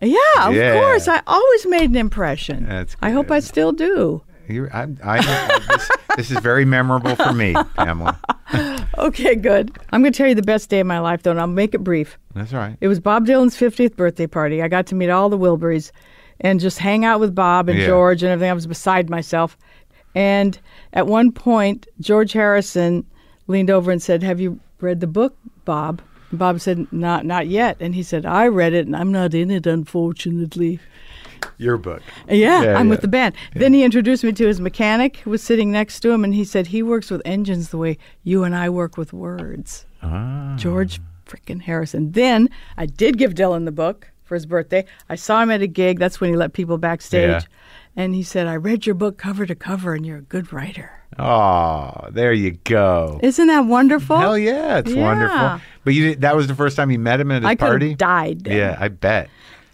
good. Yeah, of Yeah. course. I always made an impression. That's I hope good. I still do. You, I, I, this, this is very memorable for me, Pamela. Okay, good. I'm going to tell you the best day of my life, though, and I'll make it brief. That's all right. It was Bob Dylan's 50th birthday party. I got to meet all the Wilburys and just hang out with Bob and Yeah. George and everything. I was beside myself. And at one point, George Harrison leaned over and said, Have you read the book, Bob? And Bob said, Not not yet. And he said, I read it and I'm not in it, unfortunately. Your book. Yeah, Yeah, I'm yeah. with the band. Then he introduced me to his mechanic who was sitting next to him and he said, He works with engines the way you and I work with words. Ah. George frickin' Harrison. Then I did give Dylan the book for his birthday. I saw him at a gig. That's when he let people backstage. Yeah. And he said, I read your book cover to cover, and you're a good writer. Oh, there you go. Isn't that wonderful? Hell yeah, it's Yeah. wonderful. But you did, that was the first time you met him at his I could party? have died. then. Yeah, I bet.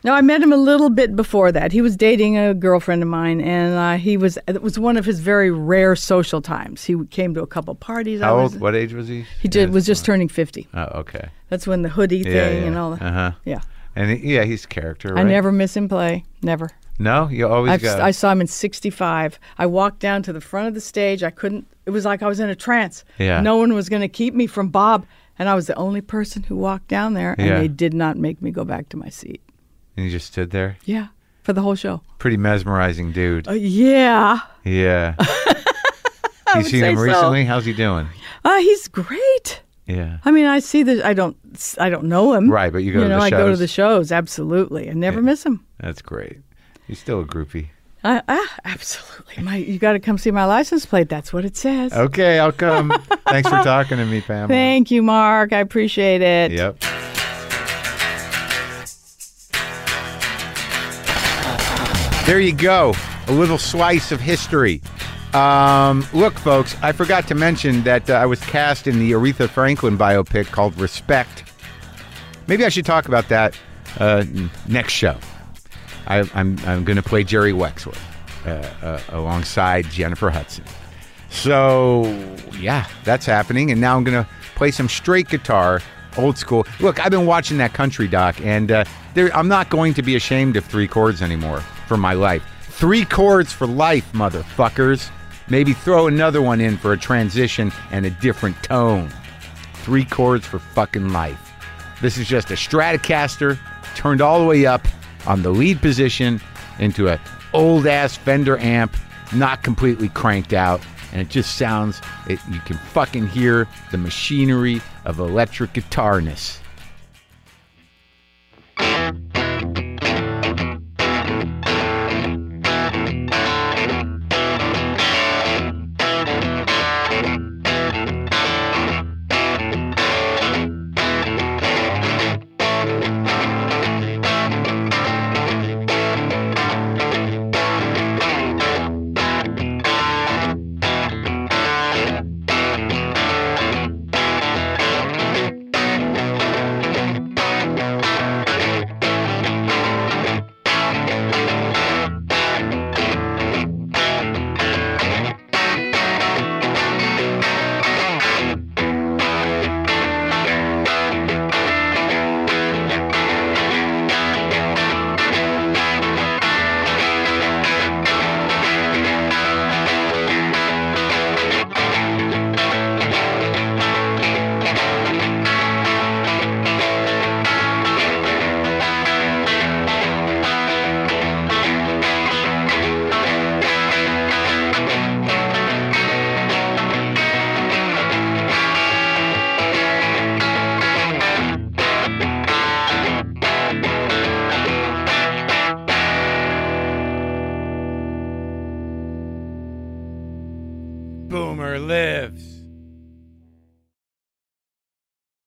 No, I met him a little bit before that. He was dating a girlfriend of mine, and uh, he was it was one of his very rare social times. He came to a couple parties. I How was, old? What age was he? He did, was just turning fifty. Oh, okay. That's when the hoodie thing Yeah, yeah. and all that. Uh-huh. Yeah, And he, yeah, he's character, I right? never miss him play. Never. No, you always I've, got. I saw him in 65. I walked down to the front of the stage. I couldn't, it was like I was in a trance. Yeah. No one was going to keep me from Bob. And I was the only person who walked down there, and Yeah. they did not make me go back to my seat. and you just stood there. Yeah. For the whole show. Pretty mesmerizing dude. Uh, yeah. Yeah. you seen say him so. recently? How's he doing? Uh, he's great. Yeah. I mean, I see the, I don't, I don't know him. Right, but you go to know, the I go to shows. the shows. Absolutely. I never miss him. That's great. He's still a groupie. I, ah, absolutely. My, you got to come see my license plate. That's what it says. Okay, I'll come. Thanks for talking to me, Pamela. Thank you, Mark. I appreciate it. Yep. There you go. A little slice of history. Um, look, folks, I forgot to mention that uh, I was cast in the Aretha Franklin biopic called Respect. Maybe I should talk about that uh, n- next show. I, I'm, I'm going to play Jerry Wexler uh, uh, alongside Jennifer Hudson. So, yeah, that's happening. And now I'm going to play some straight guitar, old school. Look, I've been watching that country doc, and uh, there, I'm not going to be ashamed of three chords anymore for my life. Three chords for life, motherfuckers. Maybe throw another one in for a transition and a different tone. Three chords for fucking life. This is just a Stratocaster turned all the way up on the lead position into an old ass Fender amp, not completely cranked out. And it just sounds, it, you can fucking hear the machinery of electric guitarness. lives.